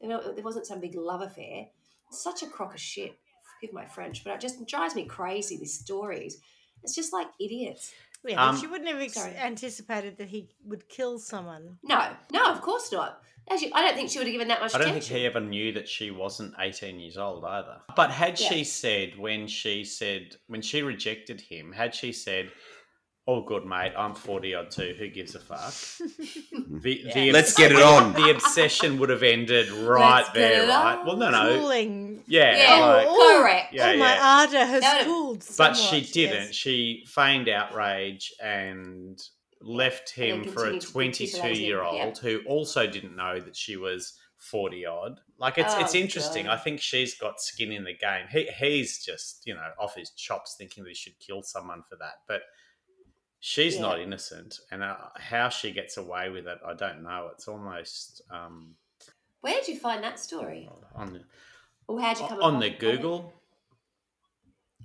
C: You know, there wasn't some big love affair. Such a crock of shit. Forgive my French, but it just drives me crazy. These stories. It's just like idiots.
A: Yeah,
B: Um,
A: but she wouldn't have ex-
C: sorry.
A: anticipated that he would kill someone.
C: No, no, of course not. Actually, I don't think she would have given that much
B: I don't think
C: attention.
B: he ever knew that she wasn't 18 years old either. But had
C: Yeah.
B: she said, when she said, when she rejected him, had she said, Oh, good, mate, I'm 40 odd too, who gives a fuck? The, the
A: Yeah.
B: obs-
D: Let's get it on.
B: The obsession would have ended right
C: Let's get
B: there,
C: it
B: right?
C: on.
B: Well, no, no.
A: Cooling.
B: Yeah.
C: yeah,
B: like-
A: Oh,
C: correct.
B: yeah,
A: oh, my
B: yeah.
A: ardor has
C: That would've-
A: cooled.
B: But she
A: somewhat,
B: didn't.
A: yes.
B: She feigned outrage and left
C: And
B: him
C: then
B: for a
C: continued to titillate him,
B: 22 year old who also didn't know that she was 40 odd. Like it's it's
C: Oh,
B: interesting. I
C: God.
B: think she's got skin in the game. He he's just, you know, off his chops thinking that he should kill someone for that. But she's
C: Yeah.
B: not innocent and uh, how she gets away with it, I don't know. It's almost um
C: Where did you find that story?
B: on the,
C: Or how would you come
B: on the
C: upon it?
B: Google.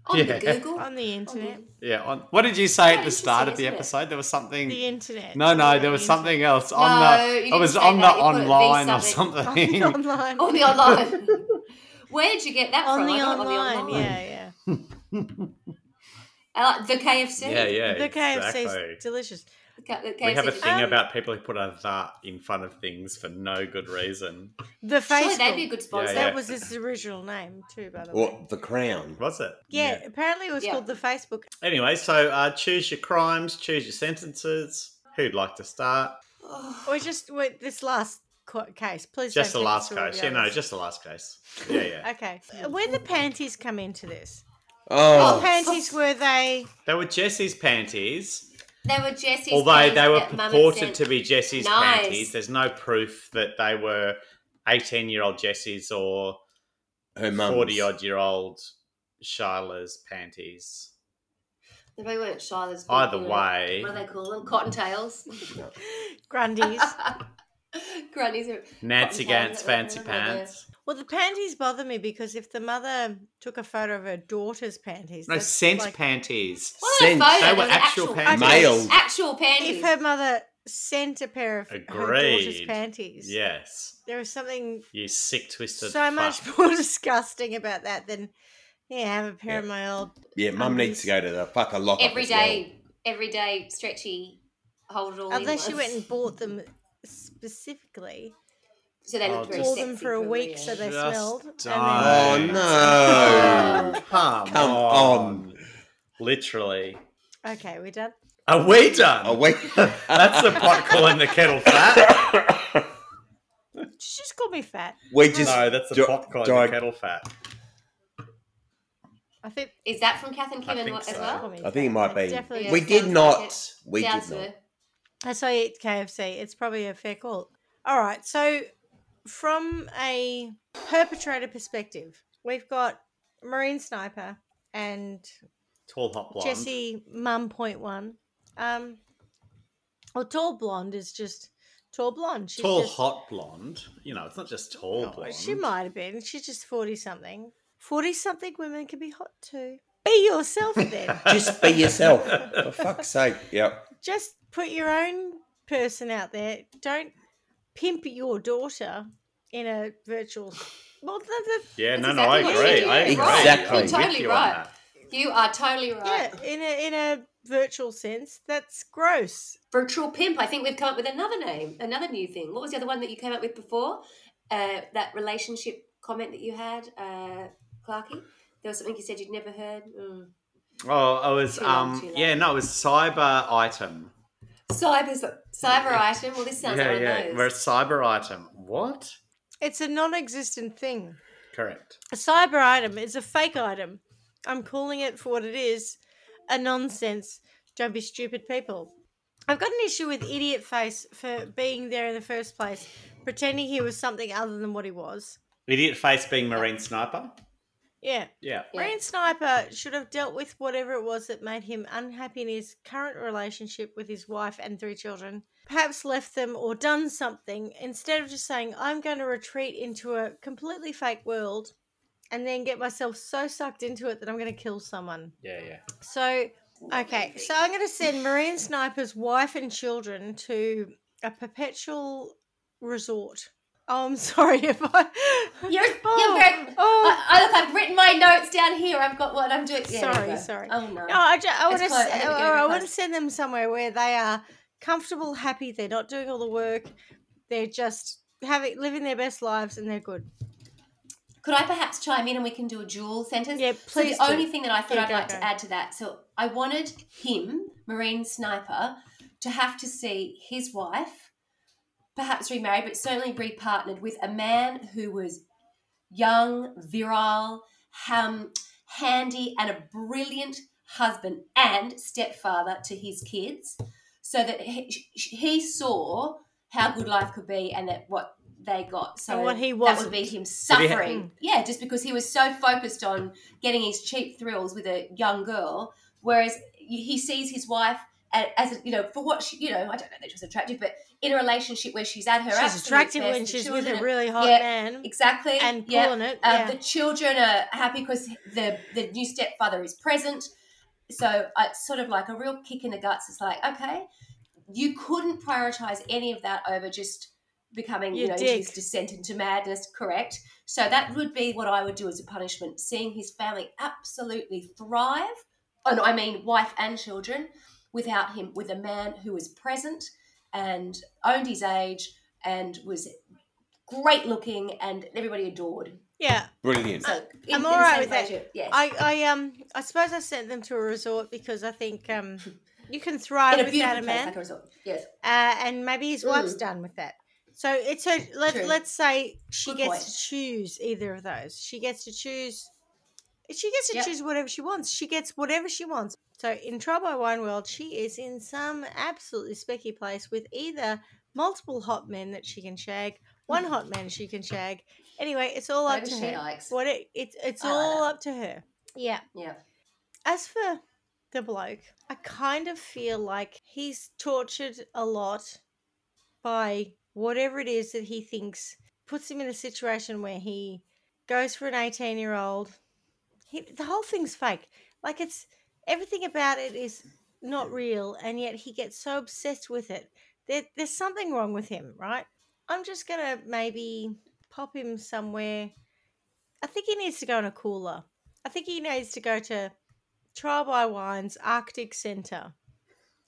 C: On
B: Yeah.
C: the Google.
A: on the internet.
C: On
B: Yeah, on What did you say at
C: Yeah,
B: the start of the
C: interesting, isn't it?
B: episode? There was something
A: The internet.
B: No, no, there
A: The
B: was
A: internet.
B: something else.
C: No,
B: on the,
C: you
B: I
C: didn't
B: was
C: say
B: on the
C: that, you put it- the
B: online or
C: something.
B: something.
A: online.
C: On the online. Where did you get that
A: On
C: from?
A: the
C: I got it
A: online, yeah,
C: I like the KFC.
B: yeah, yeah.
A: yeah. The KFC's
B: exactly.
A: delicious.
C: The K- the KFC.
B: We have a thing
A: Um,
B: about people who put a that in front of things for no good reason.
A: The
C: Surely
A: Facebook.
C: they'd be a good sponsor.
B: Yeah,
A: That was his original name too, by the way.
D: Or the crown.
B: Was it?
A: yeah, apparently it was
C: Yeah.
A: called the Facebook.
B: Anyway, so uh, choose your crimes, choose your sentences. Who'd like to start?
C: Oh,
A: Or just wait, this last qu- case, please.
B: just the
A: don't take us
B: last
A: through all
B: case.
A: the
B: Yeah, no,
A: others.
B: just the last case. Yeah, yeah.
A: okay. Where
C: Oh.
A: the panties come into this? What
D: Oh,
A: panties were they?
B: They were Jesse's panties,
C: they were Jesse's.
B: although they were
C: pants that Mum had
B: purported
C: sent.
B: to be Jesse's
C: Nice.
B: panties. There's no proof that they were 18 year old Jesse's or
C: Oh,
D: her mum.
B: 40 odd year old Shyla's panties.
C: They probably weren't Shiloh's. but,
B: Either
C: you know,
B: way,
C: What do they call them? Cottontails.
A: Grundies.
C: Grannies are.
B: Nancy
C: Cotton
B: Gant's
C: tails, I don't
B: fancy
C: know what they're.
B: pants.
A: well, the panties bother me because if the mother took a photo of her daughter's panties,
B: No,
A: that's
B: scent
A: like-
B: panties.
C: What a
D: Sent.
C: photo.
B: They were
C: There was
B: actual panties.
D: Male.
C: Actual panties.
A: If her mother sent a pair of her daughter's
B: Agreed.
A: panties,
B: Yes.
A: there was something
B: You sick, twisted.
A: so much
B: fuck.
A: more disgusting about that than yeah, have a pair of my old
D: Yeah, mum needs to go to the fucker
B: Oh,
D: lock
C: every day, every day, stretchy, hold it all. in
A: Unless you
C: once.
A: went and bought them specifically,
C: So they
B: Oh,
C: looked very
A: wore
C: sexy
A: them for a
C: probably,
A: week
C: yeah.
A: so they
B: Just
A: smelled. and then-
B: die.
D: Oh, no.
B: Come,
D: Come on.
B: Literally.
A: Okay, we're done.
B: Are we done?
D: A week.
B: That's the pot calling the kettle fat.
A: She just called me fat.
D: we just
B: no, that's the
D: Di-
B: pot calling
D: di-
B: the kettle fat.
A: I think
C: Is that from Kath and
B: I
C: Kim and
B: think
C: what, as
B: so.
A: called
C: well?
A: me
D: I think it
A: fat.
D: might be.
A: definitely
C: Yeah.
D: we
A: did.
D: did
C: sounds
D: not.
C: like it.
D: we
C: Sounds
D: did not.
C: familiar.
A: That's why I eat KFC. It's probably a fair call. All right, so from a perpetrator perspective, we've got Marine Sniper and
B: Tall hot blonde.
A: Jesse Mum Point One. Um, well, tall blonde is just tall blonde. She's
B: tall
A: just,
B: hot blonde. You know, it's not just tall
A: Oh,
B: blonde.
A: She might have been. She's just 40 something. 40 something women can be hot too. Be yourself then.
D: Just be yourself. For fuck's sake. Yep.
A: just put your own person out there. Don't pimp your daughter in a virtual. Well, the,
B: Yeah,
C: That's
B: no, no, I
C: exactly what
B: agree.
C: she
B: I
C: did.
B: agree.
D: Exactly.
B: I'm with
C: Totally
B: you on
C: right.
B: that.
C: You are totally right.
A: the, yeah, in a, in a virtual sense, that's gross.
C: Virtual pimp. I think we've come up with another name, another new thing. What was the other one that you came up with before? Uh, that relationship comment that you had, uh, Clarky. There was something you said you'd never heard. Mm.
B: Oh, I was
C: Too long,
B: um
C: too long.
B: yeah, no, it was cyber item.
C: Cyber, cyber item. Well, this sounds
B: yeah,
C: like one
B: yeah.
C: of
B: We're a
C: those.
B: cyber item. What?
A: It's a non existent thing.
B: Correct.
A: A cyber item is a fake item. I'm calling it for what it is a nonsense. Don't be stupid people. I've got an issue with Idiot Face for being there in the first place, pretending he was something other than what he was.
B: Idiot face being marine sniper.
A: Yeah.
B: Yeah.
C: Yeah.
A: Marine Sniper should have dealt with whatever it was that made him unhappy in his current relationship with his wife and three children. Perhaps left them or done something instead of just saying, I'm going to retreat into a completely fake world and then get myself so sucked into it that I'm going to kill someone.
B: Yeah. Yeah.
A: So, okay, so I'm going to send Marine Sniper's wife and children to a perpetual resort. Oh, I'm sorry if I. Oh,
C: You're, you're Uh, very.
A: oh.
C: I, I, look, I've written my notes down here. I've got what I'm doing. Yeah, there
A: Sorry,
C: we go.
A: sorry.
C: Oh no.
A: No, I, ju- I want
C: It's
A: to.
C: close. I think we're gonna
A: I
C: be
A: want to
C: close.
A: send them somewhere where they are comfortable, happy. They're not doing all the work. They're just having living their best lives, and they're good.
C: Could I perhaps chime in and we can do a dual sentence?
A: Yeah, please.
C: So the
A: do.
C: only thing that I thought
A: Yeah,
C: I'd
A: go,
C: like
A: go.
C: to add to that, so I wanted him, Marine Sniper, to have to see his wife, perhaps remarried, but certainly repartnered with a man who was young, virile, um, handy, and a brilliant husband and stepfather to his kids, so that he, he saw how good life could be and that what they got. So
A: And what he mm.
C: that
A: wasn't.
C: would be him
B: Did he
C: suffering.
B: ha-
C: yeah, just because he was so focused on getting his cheap thrills with a young girl, whereas he sees his wife a- as a, you know for what she you know I don't know that she was attractive, but in a relationship where she's at her
A: she's
C: absolute
A: attractive
C: best,
A: when
C: the
A: she's with a
C: children are-
A: really hot
C: yeah,
A: man
C: exactly
A: and
C: yeah.
A: pulling it.
C: Uh,
A: yeah.
C: The children are happy because the the new stepfather is present. So uh, it's sort of like a real kick in the guts. It's like, okay, you couldn't prioritize any of that over just becoming, you,
A: You
C: know,
A: dick.
C: his descent into madness, correct? So that would be what I would do as a punishment, seeing his family absolutely thrive. Oh, no, I mean, wife and children, without him, with a man who was present and owned his age and was great looking and everybody adored.
A: yeah.
D: Brilliant.
C: So Uh, in-
A: I'm
C: in
A: all
C: the
A: right
C: same
A: with that.
C: relationship, Yeah.
A: I, I um I suppose I sent them to a resort because I think um you can thrive
C: in a
A: without
C: beautiful
A: a
C: place
A: man.
C: like a resort. Yes.
A: uh, and maybe his wife's done with that. So it's her. Let,
C: Mm. True.
A: let's say she
C: Good
A: gets
C: point.
A: to choose either of those. She gets to choose. She gets to
C: Yep.
A: choose whatever she wants. She gets whatever she wants. So in Trial by Wine World, she is in some absolutely specky place with either multiple hot men that she can shag, one hot man she can shag. Anyway, it's all up
C: Whatever
A: to
C: she
A: her.
C: likes.
A: What it, it it's
C: I like
A: all
C: that.
A: up to her. Yeah.
C: Yeah.
A: As for the bloke, I kind of feel like he's tortured a lot by whatever it is that he thinks puts him in a situation where he goes for an 18 year old. He, the whole thing's fake. Like it's everything about it is not real, and yet he gets so obsessed with it. There, there's something wrong with him, right? I'm just gonna maybe pop him somewhere. I think he needs to go in a cooler. I think he needs to go to Trial by Wine's Arctic Centre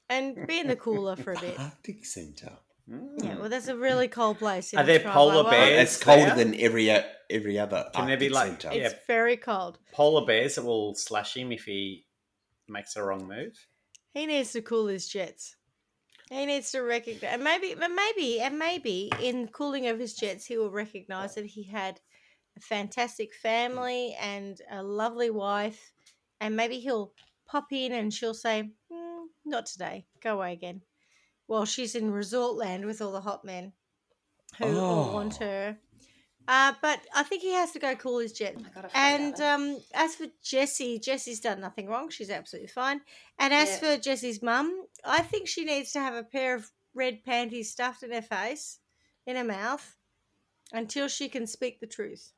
A: and be in the cooler for a bit.
D: Arctic Centre.
B: Hmm. Mm.
A: Yeah, well, that's a really cold place. in
B: Are there
A: Trial by
B: polar
A: Wine.
B: bears?
D: It's
B: It's
D: colder
B: there.
D: than every uh, every other.
B: Can there be
D: Arctic
B: like-
D: Centre.
B: yeah.
A: It's very cold.
B: Polar bears that will slash him if he makes a wrong move.
A: He needs to cool his jets. He needs to recognize, and maybe, but maybe, and maybe in cooling of his jets, he will recognize that he had a fantastic family and a lovely wife, and maybe he'll pop in and she'll say, mm, "Not today. Go away again." While she's in resort land with all the hot men who all want
D: Oh.
A: her. Uh, but I think he has to go cool his jets.
C: Oh my God, I forgot
A: And
C: about that.
A: um, as for Jessie, Jessie's done nothing wrong. She's absolutely fine. And as for Jessie's mum, I think she needs to have a pair of red panties stuffed in her face, in her mouth, until she can speak the truth.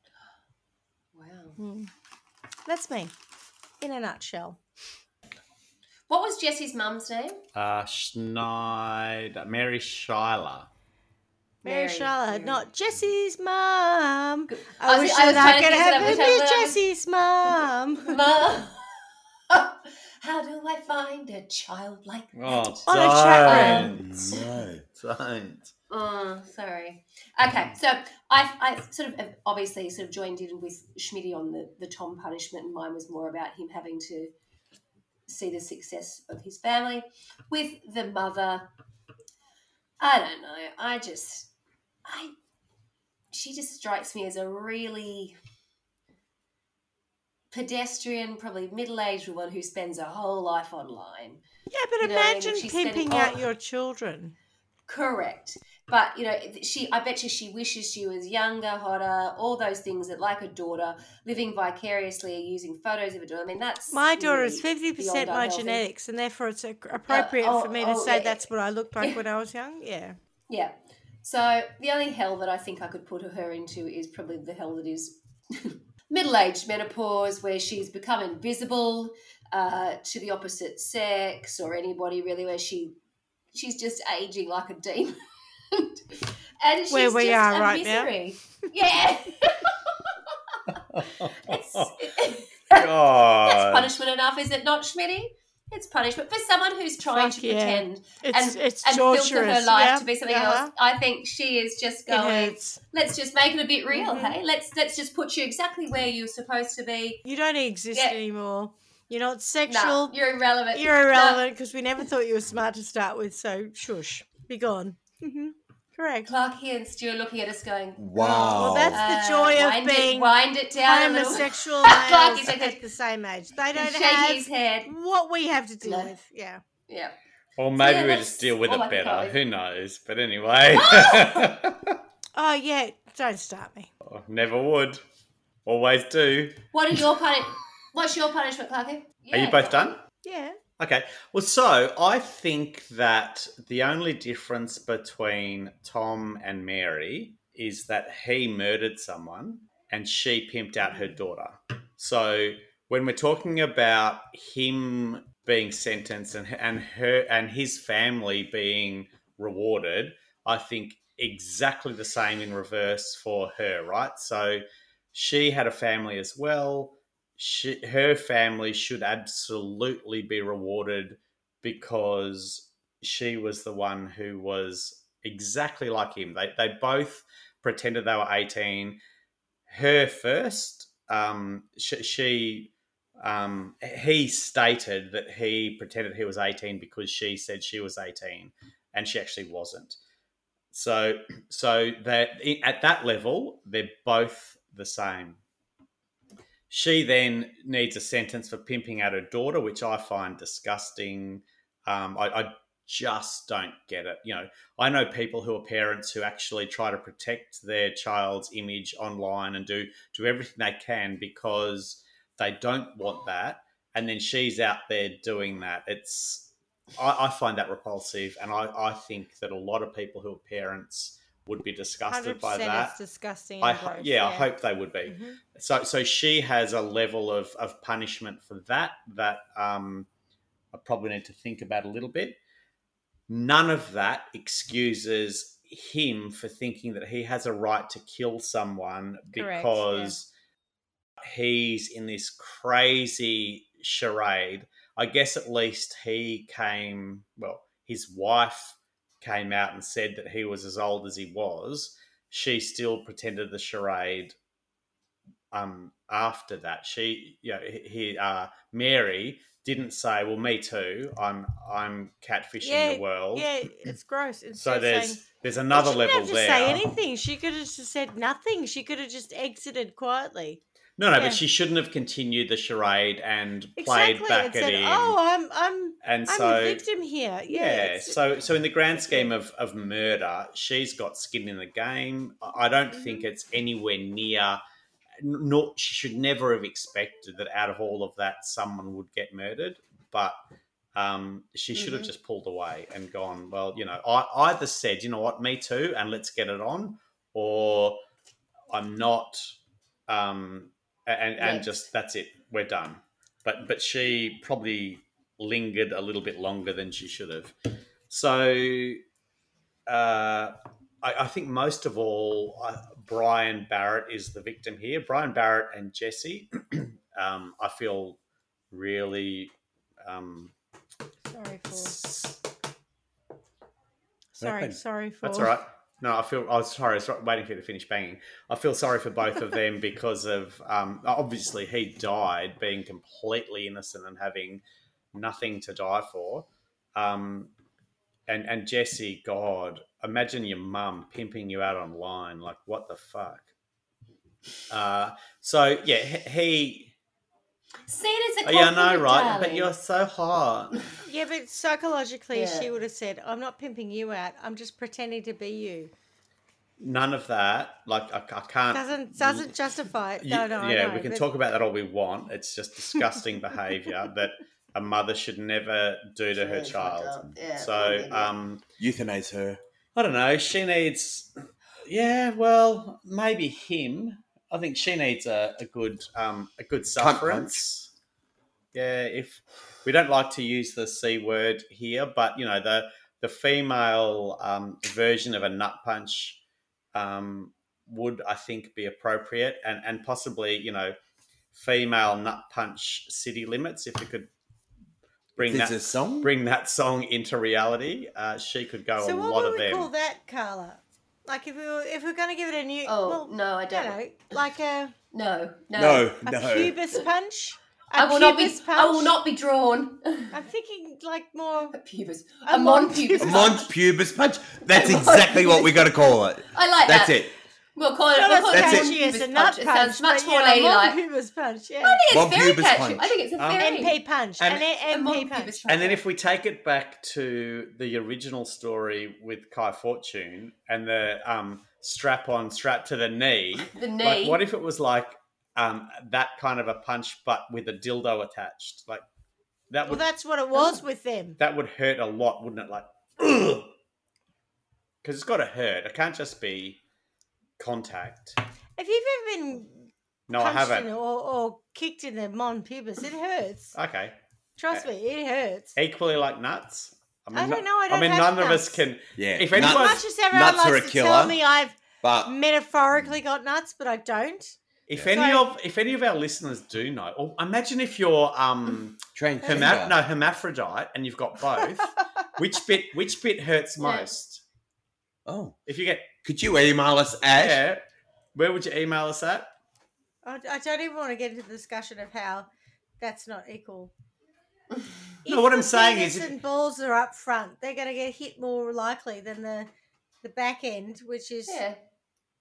C: wow.
A: That's me, in a nutshell.
C: What was Jesse's mum's name?
B: Uh, Schneider, Mary Schuyler.
A: Mary, Charlotte,
C: Mary.
A: not Jessie's mum.
C: Good.
A: I,
C: I
A: wish
C: was- I was
A: that I
C: trying to
A: could have
C: think of that,
A: it
C: but I-
A: be
C: but I was-
A: Jessie's mum.
C: Mum. How do I find a child like
B: Oh,
C: that?
A: On a chat room.
D: No.
B: Don't.
C: Oh, sorry. Okay, so I, I sort of obviously sort of joined in with Schmitty on the, the Tom punishment, and mine was more about him having to see the success of his family. With the mother, I don't know. I just, I, she just strikes me as a really pedestrian, probably middle-aged woman who spends her whole life online.
A: Yeah, but
C: You know, and if
A: imagine
C: she's spending
A: pimping
C: all-
A: out your children.
C: Correct. But you know, she I bet you she wishes she was younger, hotter, all those things that like a daughter, living vicariously, using photos of her daughter. I mean that's
A: My daughter is
C: really
A: fifty percent
C: beyond
A: my
C: unhealthy.
A: genetics, and therefore it's ac- appropriate
C: oh,
A: for me to
C: oh,
A: say
C: yeah,
A: that's what I looked like
C: yeah.
A: when I was young. Yeah,
C: Yeah. So the only hell that I think I could put her into is probably the hell that is middle-aged menopause, where she's become invisible uh, to the opposite sex or anybody really, where she she's just aging like a demon. And she's
A: Where we
C: just
A: are
C: a
A: right now.
C: misery. now. Yeah. It's, that's
D: God.
C: punishment enough, is it not, Schmitty? It's punishment for someone who's trying
A: Fuck
C: to
A: yeah.
C: pretend
A: it's it's
C: and
A: torturous.
C: filter her life
A: yeah,
C: to be something
A: uh-huh.
C: else. I think she is just
A: It
C: going.
A: hurts.
C: Let's just make it a bit real,
A: Mhm.
C: hey? Let's let's just put you exactly where you're supposed to be.
A: You don't exist
C: Yeah.
A: anymore. You're not
C: No,
A: sexual.
C: you're irrelevant.
A: you're irrelevant because we never thought you were smart to start with. So shush, be gone.
C: Mm-hmm.
A: hmm Correct.
C: Clark here and Stu are looking at us going.
D: Wow.
A: Well, that's the joy
C: uh,
A: of
C: wind
A: being
C: it, wind it down a little.
A: homosexual
C: Clark
A: males
C: is like
A: at the same age. They
C: He's
A: don't
C: shaking his
A: have
C: head.
A: what we have to deal
C: No.
A: with. Yeah.
C: Yeah.
B: Or maybe we
C: that's
B: just deal with
C: all I
B: it
C: can come
B: better.
C: with.
B: Who knows? But anyway,
A: Oh yeah. Don't start me.
B: Oh, never would. Always do.
C: What are your punish? What's your punishment, Clarky?
B: Are you
C: Yeah,
B: both
C: go on.
B: done?
A: Yeah.
B: Okay. Well, so I think that the only difference between Tom and Mary is that he murdered someone and she pimped out her daughter. So when we're talking about him being sentenced and and her and his family being rewarded, I think exactly the same in reverse for her, right? So she had a family as well she, her family should absolutely be rewarded because she was the one who was exactly like him. They, they both pretended they were 18. Her first, um, she, she um, he stated that he pretended he was 18 because she said she was 18 and she actually wasn't. So, so that at that level, they're both the same. She then needs a sentence for pimping out her daughter, which I find disgusting. Um, I, I just don't get it. You know, I know people who are parents who actually try to protect their child's image online and do do everything they can because they don't want that. And then she's out there doing that. It's I, I find that repulsive, and I, I think that a lot of people who are parents would be disgusted
A: Hundred
B: by
A: percent.
B: that.
A: It's disgusting.
B: I
A: and
B: ho-
A: gross,
B: yeah, I hope they would be
A: Mhm.
B: so so she has a level of, of punishment for that that um, I probably need to think about a little bit. None of that excuses him for thinking that he has a right to kill someone
A: Correct,
B: because he's in this crazy charade. I guess at least he came, well, his wife came out and said that he was as old as he was. She still pretended the charade um, after that, she, you know, he- he, uh, Mary didn't say, "Well, me too. I'm, I'm catfishing
A: Yeah,
B: the world."
A: Yeah, it's gross. It's
B: so
A: just
B: there's,
A: saying,
B: there's
A: "Well,
B: another
A: she
B: level
A: didn't have to
B: there.
A: say anything. She could have just said nothing. She could have just exited quietly.
B: No, no,
A: Yeah.
B: but she shouldn't have continued the charade and played
A: exactly.
B: back
A: and
B: at
A: said,
B: him.
A: "Oh, I'm, I'm,
B: and
A: I'm
B: so,
A: the victim here." Yeah.
B: yeah.
A: it's-
B: So, so in the grand scheme of, of murder, she's got skin in the game. I- I
A: Mm-hmm.
B: don't think it's anywhere near. Not she should never have expected that out of all of that someone would get murdered, but um, she should
A: Mm-hmm.
B: have
C: Mhm.
B: just pulled away and gone. Well, you know, I either said, you know what, me too, and let's get it on, or I'm not, um, a- and and
C: Yes.
B: just that's it, we're done. But but she probably lingered a little bit longer than she should have. So uh, I, I think most of all, I, Brian Barrett is the victim here. Brian Barrett and Jesse, um, I feel really. Um,
A: sorry for.
B: s-
A: Sorry,
D: happened?
A: sorry for.
B: that's all right. No, I feel I was sorry. I was waiting for you to finish banging. I feel sorry for both of them because of um, obviously he died being completely innocent and having nothing to die for. Um, and and Jesse, God, imagine your mum pimping you out online. Like what the fuck? Uh, so yeah, he he-
C: See it as a
B: Oh, yeah, I
C: compliment,
B: know, right? But
C: darling.
B: you're so hot.
A: Yeah, but psychologically,
C: Yeah.
A: she would have said, "I'm not pimping you out. I'm just pretending to be you."
B: None of that. Like, I, I can't.
A: Doesn't doesn't justify it.
B: Uh, You-
A: No, no,
B: yeah,
A: I know,
B: we can
A: but-
B: talk about that all we want. It's just disgusting behavior that a mother should never do to her
C: Really fucked up.
B: child.
C: Yeah,
B: so,
C: really.
B: um,
D: Euthanize her.
B: I don't know. She needs, yeah, well, maybe him. I think she needs a, a good um, a good
D: punch.
B: sufferance. Yeah, if we don't like to use the c word here, but you know the the female um, version of a nut punch um, would I think be appropriate and and possibly you know female nut punch city limits if we could bring
D: There's
B: that
D: a song.
B: bring that song into reality. Uh, she could go
A: So
B: a
A: what
B: lot
A: would we
B: of them.
A: call that, Carla? Like if we were if we're going to give it a new,
C: oh
A: well,
C: no, I
A: you
C: don't.
A: know, like a,
C: No, no,
D: no,
A: a
D: no.
A: pubis punch. A
C: I will not be.
A: pubis Punch.
C: I will not be drawn.
A: I'm thinking like more.
C: A pubis.
A: A
C: A mon pubis.
D: A Mont pubis punch. That's
C: Mont
D: exactly what we got to call it.
C: I like
D: That's
C: that.
D: it.
C: We'll call it.
A: Not
C: We'll
A: as
C: call
D: That's
C: it
D: it.
C: mon
A: catchy as a
C: pubis
A: nut
C: punch. It sounds much
A: but,
C: more
A: yeah, more
C: ladylike.
A: pubis punch. Yeah.
C: I think
D: Mon
C: it's very
D: pubis
C: catchy.
D: punch.
C: I think it's a
B: Um,
C: very
A: MP punch.
B: And-
A: And,
C: a
A: an
C: mon
A: MP punch.
C: pubis punch.
B: And then if we take it back to the original story with Kai Fortune and the um, strap on strap to the knee,
C: the knee.
B: like what if it was like um, that kind of a punch but with a dildo attached? Like that
A: Well,
B: would
A: that's what it was with them.
B: that would hurt a lot, wouldn't it? Like because it's got to hurt. It can't just be contact.
A: If you've ever been
B: No, I
A: punched in
B: haven't.
A: or, or kicked in the mon pubis, it hurts.
B: Okay.
A: Trust me, it hurts.
B: Equally like nuts. I mean,
A: don't
B: no-
A: know, I don't
B: mean,
A: have
B: none of us
A: nuts.
B: can.
D: Yeah.
B: If
A: As
B: anyone-
D: Nuts,
A: much as everyone
D: nuts are a
A: likes to
D: killer.
A: tell me I've
D: but
A: metaphorically got nuts, but I don't.
B: If
A: Yeah.
B: any
A: So-
B: of if any of our listeners do know, or imagine if you're um
D: transgender.
B: herma- no hermaphrodite and you've got both, which bit which bit hurts
C: Yeah.
B: most?
D: Oh,
B: If you get
D: could you email us at?
B: yeah, where would you email us at?
A: I, I don't even want to get into the discussion of how that's not equal.
B: No,
A: If
B: what I'm
A: the
B: saying is
A: penis
B: if-
A: and balls are up front. They're going to get hit more likely than the the back end, which is
C: yeah. Oh,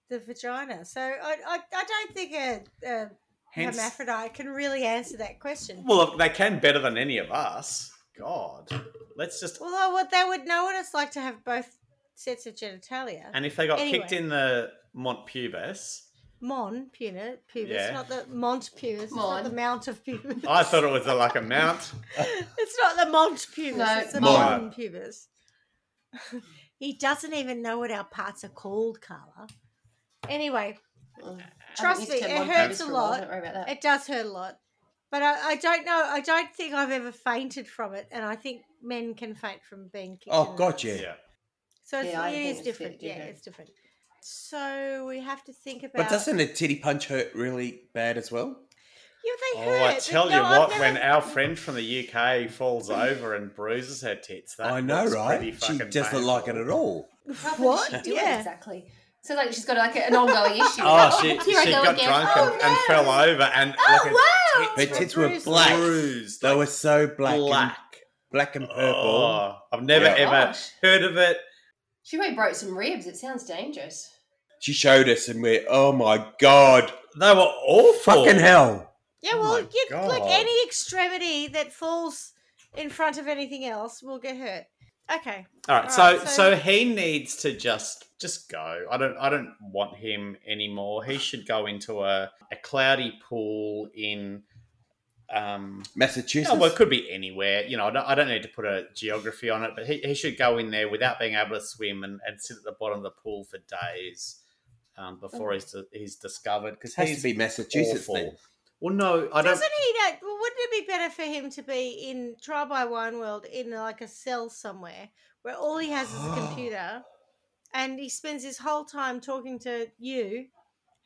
A: the vagina. So I, I, I don't think a, a
B: Hence,
A: hermaphrodite can really answer that question.
B: well, look, they can better than any of us. God, let's just.
A: Although what they would know what it's like to have both sets of genitalia.
B: And if they got kicked
A: Anyway.
B: in the mont pubis,
A: Mon pubis, pubis
B: Yeah.
A: not the mont pubis, it's not
C: Mon.
A: the mount of pubis.
B: I thought it was a, like a mount.
A: It's not the mont pubis.
C: No,
A: it's the
D: Mon.
A: mon pubis. he doesn't even know what our parts are called, Carla. Anyway,
C: Mm. I
A: Trust
C: haven't used
A: me,
C: term
A: it
C: mon
A: hurts
C: pubis
A: a
C: for while,
A: lot.
C: Don't worry about that.
A: it does hurt a lot, but I, I don't know. I don't think I've ever fainted from it, and I think men can faint from being kicked. in
D: Oh
A: the
D: God,
A: nuts.
D: yeah.
B: Yeah.
A: So it's,
C: Yeah, I
A: it
C: think
A: is
C: it's
A: different.
C: pretty
A: Yeah,
C: different.
A: it's different. So we have to think about.
D: But doesn't a titty punch hurt really bad as well?
A: Yeah, they hurt.
B: Oh, I
A: but
B: tell
A: no,
B: you
A: I've
B: what, when
A: never-
B: our friend from the UK falls over and bruises her tits, that
D: I know,
B: looks pretty
D: right? She
B: fucking
D: doesn't like it
B: painful.
D: at all.
C: How can
A: What?
C: she do
A: Yeah.
C: it exactly? So like she's got like an ongoing issue.
B: Oh, she,
C: Here I
B: she
C: go
B: got
C: again.
B: drunk
C: Oh,
B: and, and
C: no.
B: fell over, and
C: Oh wow!
B: like
D: Her
B: her tits,
D: tits were
A: bruised.
D: black.
B: bruised,
D: They
B: like
D: were so black,
B: black,
D: And, black and purple.
B: Oh, I've never
D: Yeah.
B: ever
C: Gosh.
B: heard of it.
C: She probably broke some ribs. It sounds dangerous.
D: She showed us, and we're oh my god,
B: They were awful.
D: fucking hell.
A: Yeah,
B: Oh
A: well,
B: my
A: you, like
B: God.
A: any extremity that falls in front of anything else will get hurt. Okay.
B: All right,
A: All right,
B: so,
A: so-
B: so he needs to just just go. I don't I don't want him anymore. He should go into a, a cloudy pool in um
D: Massachusetts.
B: Oh, well, it could be anywhere. You know, I don't, I don't need to put a geography on it, but he, he should go in there without being able to swim and, and sit at the bottom of the pool for days um, before he's, he's discovered. Because
D: has to
B: he's
D: be Massachusetts
B: awful.
D: then.
B: Well, no, I don't.
A: Doesn't he? Know, well, wouldn't it be better for him to be in Try by Wine World in like a cell somewhere where all he has is a computer, and he spends his whole time talking to you,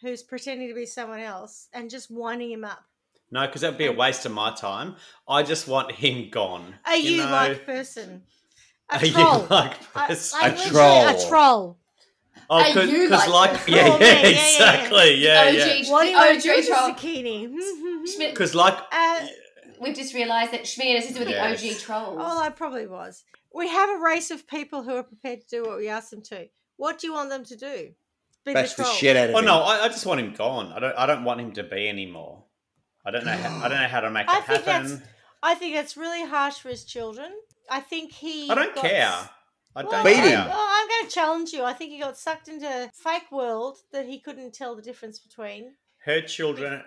A: who's pretending to be someone else, and just winding him up.
B: No, because that'd be a waste of my time. I just want him gone.
A: Are you,
B: know?
A: like person?
B: Are
A: A
B: you
A: troll.
B: like
A: I-
B: this?
A: like
D: A
A: literally
D: troll.
A: A troll.
B: Oh,
C: Are
B: because
C: you
B: like,
C: like this?
B: yeah,
A: Oh, yeah,
B: yeah,
A: yeah, yeah, yeah.
B: exactly, yeah,
C: OG,
B: yeah.
A: What do you
C: OG
A: want to drink a
C: troll.
A: zucchini?
C: Schmidt,
B: Because like,
A: uh,
C: we've just realised that Schmidt is with
B: Yes.
C: the OG trolls.
A: oh, I probably was. We have a race of people who are prepared to do what we ask them to. What do you want them to do? Be
D: Bash the
A: troll.
D: shit out of
B: oh
D: him.
B: no, I, I just want him gone. I don't, I don't want him to be anymore. I don't know. How, I don't know how to make
A: I
B: it
A: think that's-
B: happen.
A: I think that's really harsh for his children. I think he.
B: I don't
A: got-
B: care. I
A: Well,
B: don't
D: Beat
A: I-
D: him.
B: care.
A: well, I'm going to challenge you. I think he got sucked into a fake world that he couldn't tell the difference between.
B: Her children.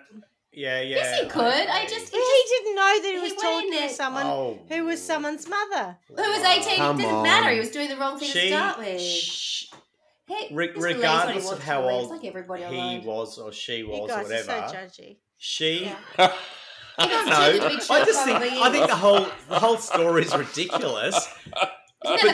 B: Yeah, yeah.
C: Yes, he could. I
B: agree.
C: just, he
A: He
C: just
A: didn't know that he
C: he
A: was
C: went
A: talking
C: in
A: to
C: there-
A: someone
B: Oh,
A: who was someone's mother.
C: who was 18,
D: Come
C: it didn't matter. He
D: on.
C: was doing the wrong thing to
B: She,
C: start with.
B: sh-
C: Hey,
B: re-
C: this relates what he
B: regardless of
C: wants to
B: how
C: relate. It's
B: old
C: like everybody
B: he
C: online.
B: was or she
A: You
B: was, or
A: guys are so
B: whatever,
A: judgy.
B: she
C: Yeah.
B: I
C: He
B: don't
C: got
B: know.
C: suited to be
B: I
C: short
B: just think
C: probably.
B: I think the whole the whole story is ridiculous.
C: Isn't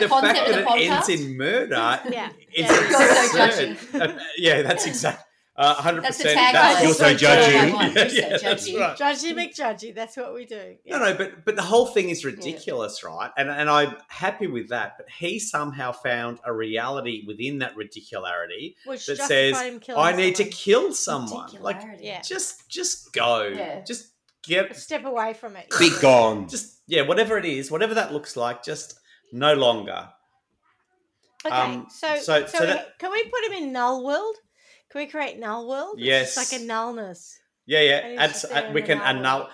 B: but
C: that the
B: the fact
C: concept
B: that
C: of
B: it
C: the
B: ends
C: podcast?
B: in murder
A: Yeah.
B: is
A: Yeah.
C: You're so
B: absurd. Uh, yeah, that's exact. hundred
C: That's the
B: percent.
C: tagline.
D: You're so judgy.
B: Yeah,
C: You're so
B: yeah, that's
C: judgy.
B: right.
A: Judgy McJudgy. That's what we do.
B: No, no, but but the whole thing is ridiculous, right? And and I'm happy with that. But he somehow found a reality within that ridicularity.
A: Which
B: that
A: justified
B: says,
A: him killing
B: I need to
A: someone.
B: kill someone. Like
C: Particularity.
A: Yeah.
B: just just go.
C: Yeah.
B: Just get
A: Step away from it.
D: Be gone.
B: just yeah, whatever it is, whatever that looks like, just no longer.
A: Okay,
B: Um,
A: so
B: so-
A: so,
B: so
A: we-
B: that-
A: can we put him in null world? Can we create null world? It's just like a
B: Yes.
A: nullness.
B: Yeah, yeah.
A: And it's
B: Abs-
A: just there
B: uh, we
A: and
B: can
A: annulled.
B: annul.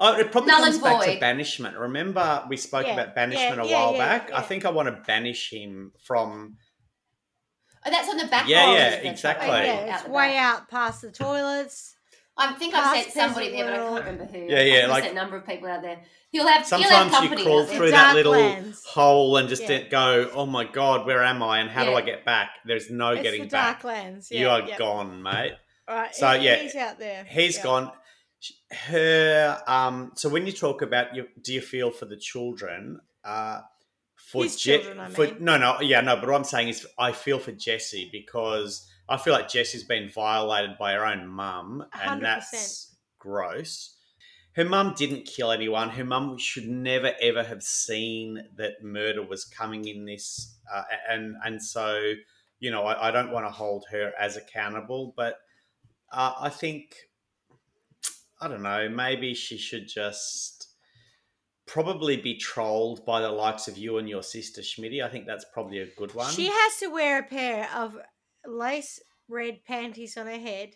B: Oh, it probably
C: Null
B: comes
C: and
B: back to
C: void.
B: banishment. Remember, we spoke
A: Yeah,
B: about banishment
A: yeah,
B: a
A: yeah,
B: while
A: yeah,
B: back. I
A: yeah.
B: think I want to banish him from.
C: Oh, that's on the back.
B: Yeah,
C: roll,
B: yeah,
C: isn't it?
B: exactly.
A: Oh,
B: Like-
A: yeah,
C: Out
A: it's
C: the
A: way
C: back.
A: out past the toilets.
C: I think I've
A: Past
C: sent somebody there, but I
A: peasant
C: can't remember who.
B: Yeah, yeah,
C: I've
B: like-
C: sent a number of people out there. You'll have you'll have
B: Sometimes
C: company.
B: you crawl
C: out there.
B: through
A: The
B: that
A: dark
B: little
A: lands.
B: hole and just
A: Yeah.
B: don't go, "Oh my god, where am I? And how do
C: Yeah.
B: I get back?" There's no
A: it's
B: getting
A: the
B: back.
A: dark lands.
B: you
A: yeah,
B: are
A: yeah.
B: gone, mate.
A: All right,
B: So,
A: he-
B: yeah,
A: he's out there.
B: He's
A: Yeah.
B: gone. Sh- Her. Um. So when you talk about, you, do you feel for the children? Uh, for
A: His
B: Je-
A: children, I
B: for
A: mean.
B: no, no, yeah, no. But what I'm saying is, I feel for Jessie because I feel like Jessie's been violated by her own mum,
A: A
B: and
A: hundred
B: that's gross. Her mum didn't kill anyone. Her mum should never ever have seen that murder was coming in this, uh, a- and and so you know, I, I don't want to hold her as accountable, but uh, I think, I don't know, maybe she should just probably be trolled by the likes of you and your sister Schmitty. I think that's probably a good one.
A: She has to wear a pair of lace red panties on her head.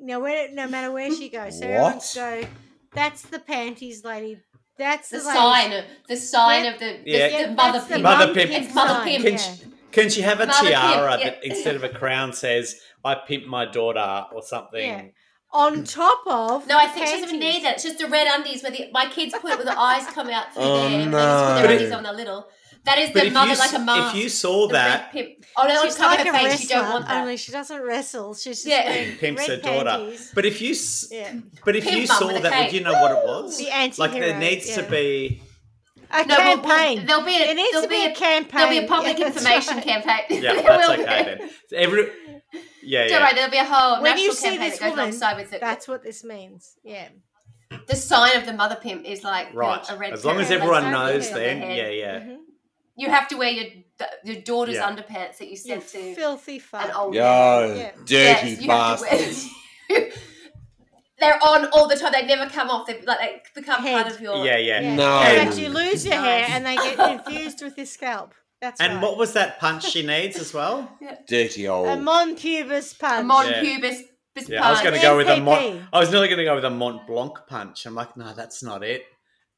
A: No, where, no matter where she goes, so everyone's
D: What?
A: go. That's the panties, lady. That's the,
C: The
A: lady."
C: sign, the sign of the, the,
B: Yeah.
A: Yeah,
C: the mother
A: that's the
C: pimp.
B: Mother
A: mum
B: pimp.
A: pimp
C: It's mother
A: sign,
C: pimp.
B: Can
A: yeah.
B: she- Can she have a
C: Mother pimp,
B: tiara
C: yeah.
B: that instead of a crown says, I pimp my daughter or something?
A: Yeah. On
B: Mm.
A: top of
C: No, I think she
A: panties.
C: doesn't even need that. It's just the red undies where the, my kids put it where the eyes come out through
D: Oh,
C: there. and They just put
B: no.
C: their undies on they're little. That is
B: But
C: the
B: if
C: mother
B: you,
C: like a
B: s-
C: mask.
B: if you saw
C: the
B: that,
C: red pimp. Oh no,
A: She's
C: it's covered
A: like a
C: her face. You don't
A: wrestler,
C: want that.
A: only she doesn't wrestle. She's just
C: Yeah.
A: wearing
B: Pimps
A: red
B: her daughter.
A: panties.
B: but if you, s-
A: Yeah,
B: but if
C: Pimp
B: you
C: mum
B: saw
C: with a
B: that, would
C: cape.
B: you know what it
C: Woo!
B: was?
A: the anti
B: Like there needs to be
A: a
C: no, we'll- we'll-
A: campaign.
C: There'll be a
A: There needs
C: there'll
A: to be a campaign.
C: There'll be a public
A: Yeah, that's
C: information
A: right.
C: campaign.
B: yeah,
C: There
B: that's
C: will be.
B: okay then. Every yeah,
C: Don't
B: yeah.
C: worry, there'll be a whole
A: When
C: national
A: you see
C: campaign
A: this
C: that goes
A: woman,
C: alongside with it.
A: That's what this means. Yeah.
C: the sign of the mother pimp is like
B: Right.
C: a red.
B: As long as
A: pair
C: parrot,
A: of
B: everyone
A: underpants
C: like,
B: knows,
C: on their
B: then
C: head.
B: yeah, yeah.
A: Mhm.
C: you have to wear your your daughter's
B: Yeah.
C: underpants that you
A: You
C: sent to
A: filthy fuck.
C: an old man.
D: Yo,
A: Yeah.
D: dirty
C: Yes, you have to wear-
D: bastards.
C: They're on all the time. They never come off. They like they become
A: Head.
C: part of your.
B: Yeah, yeah.
A: Yeah.
D: No.
A: In fact, you lose your hair
C: Nice.
A: and they get infused with your scalp. That's
B: And
A: right.
B: what was that punch she needs as well?
D: Dirty old.
A: a mon pubis
C: A
A: punch.
C: mon
B: Yeah.
C: pubis. pubis
B: Yeah, I was
C: part.
B: going to go with a
A: NPP.
B: Mont. I was nearly going to go with a Mont Blanc punch. I'm like, no, that's not it.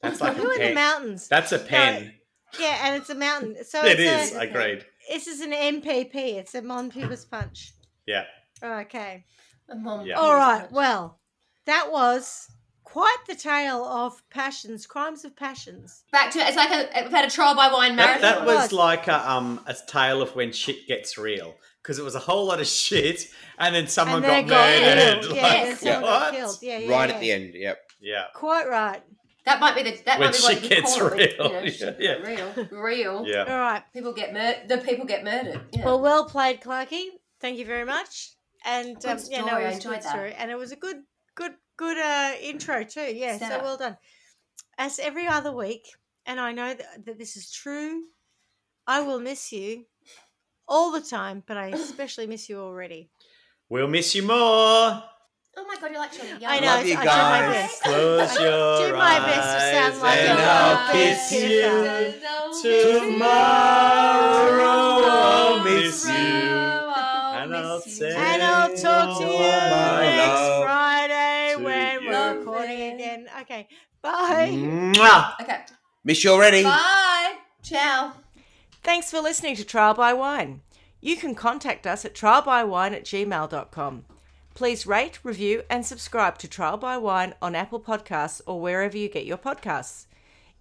B: That's like
A: Who in
B: a
A: the
B: pen.
A: mountains?
B: That's a pen.
A: Yeah, and it's a mountain. So
B: it
A: it's
B: is.
A: A,
B: Agreed.
A: This is an MPP. It's a mon pubis punch.
B: Yeah.
A: Okay.
C: A mon
B: Yeah.
C: pubis
A: All right.
C: part.
A: Well, that was quite the tale of passions, crimes of passions.
C: back to it's like a, we've had a trial by wine
B: That, that
C: marathon.
B: was
A: Right.
B: like a, um, a tale of when shit gets real because it was a whole lot of shit and then someone
A: and then
B: got,
A: got
B: murdered.
A: killed. Yeah,
B: Like,
A: and someone
B: what?
A: got killed. Yeah, yeah,
D: right
A: yeah.
D: at the end, yep.
B: Yeah.
A: Quite right.
C: That might be the that
B: When
C: might be
B: shit
C: what you
B: gets
C: call it.
B: real.
C: You know,
B: Yeah,
C: shit
B: yeah.
C: got real, real.
B: Yeah.
A: All right.
C: People get mur- the people get murdered. Yeah.
A: Well, well played, Clarky. Thank you very much. And
C: Good
A: um, yeah, no, it was a
C: story, I
A: good
C: enjoyed that.
A: story, and it was a good, good, good uh, intro too. Yeah, so
C: Setup.
A: well done. As every other week, and I know that, that this is true. I will miss you all the time, but I especially miss you already.
B: We'll miss you more.
C: oh my god, you're like Johnny Young.
A: I know.
D: Love
A: it's- I
D: you
A: did my
D: guys.
A: best.
B: Close your
A: do my best to
B: eyes
A: sound like
B: and
A: a
B: I'll
A: little
B: kiss
A: bit
B: you
A: different.
B: tomorrow. I'll miss you.
C: And
B: And I'll say
A: And I'll talk to you
B: Oh, my
A: next
B: love
A: Friday
B: to
A: when
B: you.
A: we're Okay. Bye.
B: Mwah!
C: Okay.
D: Miss you already.
C: Bye. Ciao.
A: Thanks for listening to Trial by Wine. You can contact us at trialbywine at gmail.com. Please rate, review, and subscribe to Trial by Wine on Apple Podcasts or wherever you get your podcasts.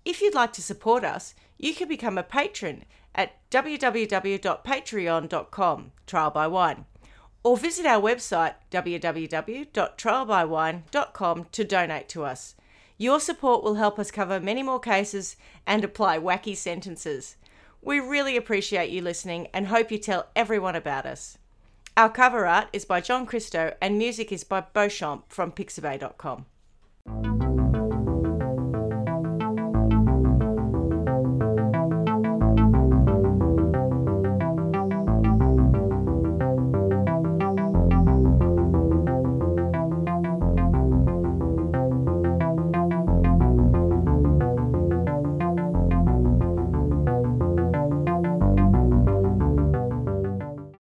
A: If you'd like to support us, you can become a patron at www.patreon.com, Trial by Wine, or visit our website, www.trialbywine.com, to donate to us. Your support will help us cover many more cases and apply wacky sentences. We really appreciate you listening and hope you tell everyone about us. Our cover art is by John Christo and music is by Beauchamp from pixabay.com.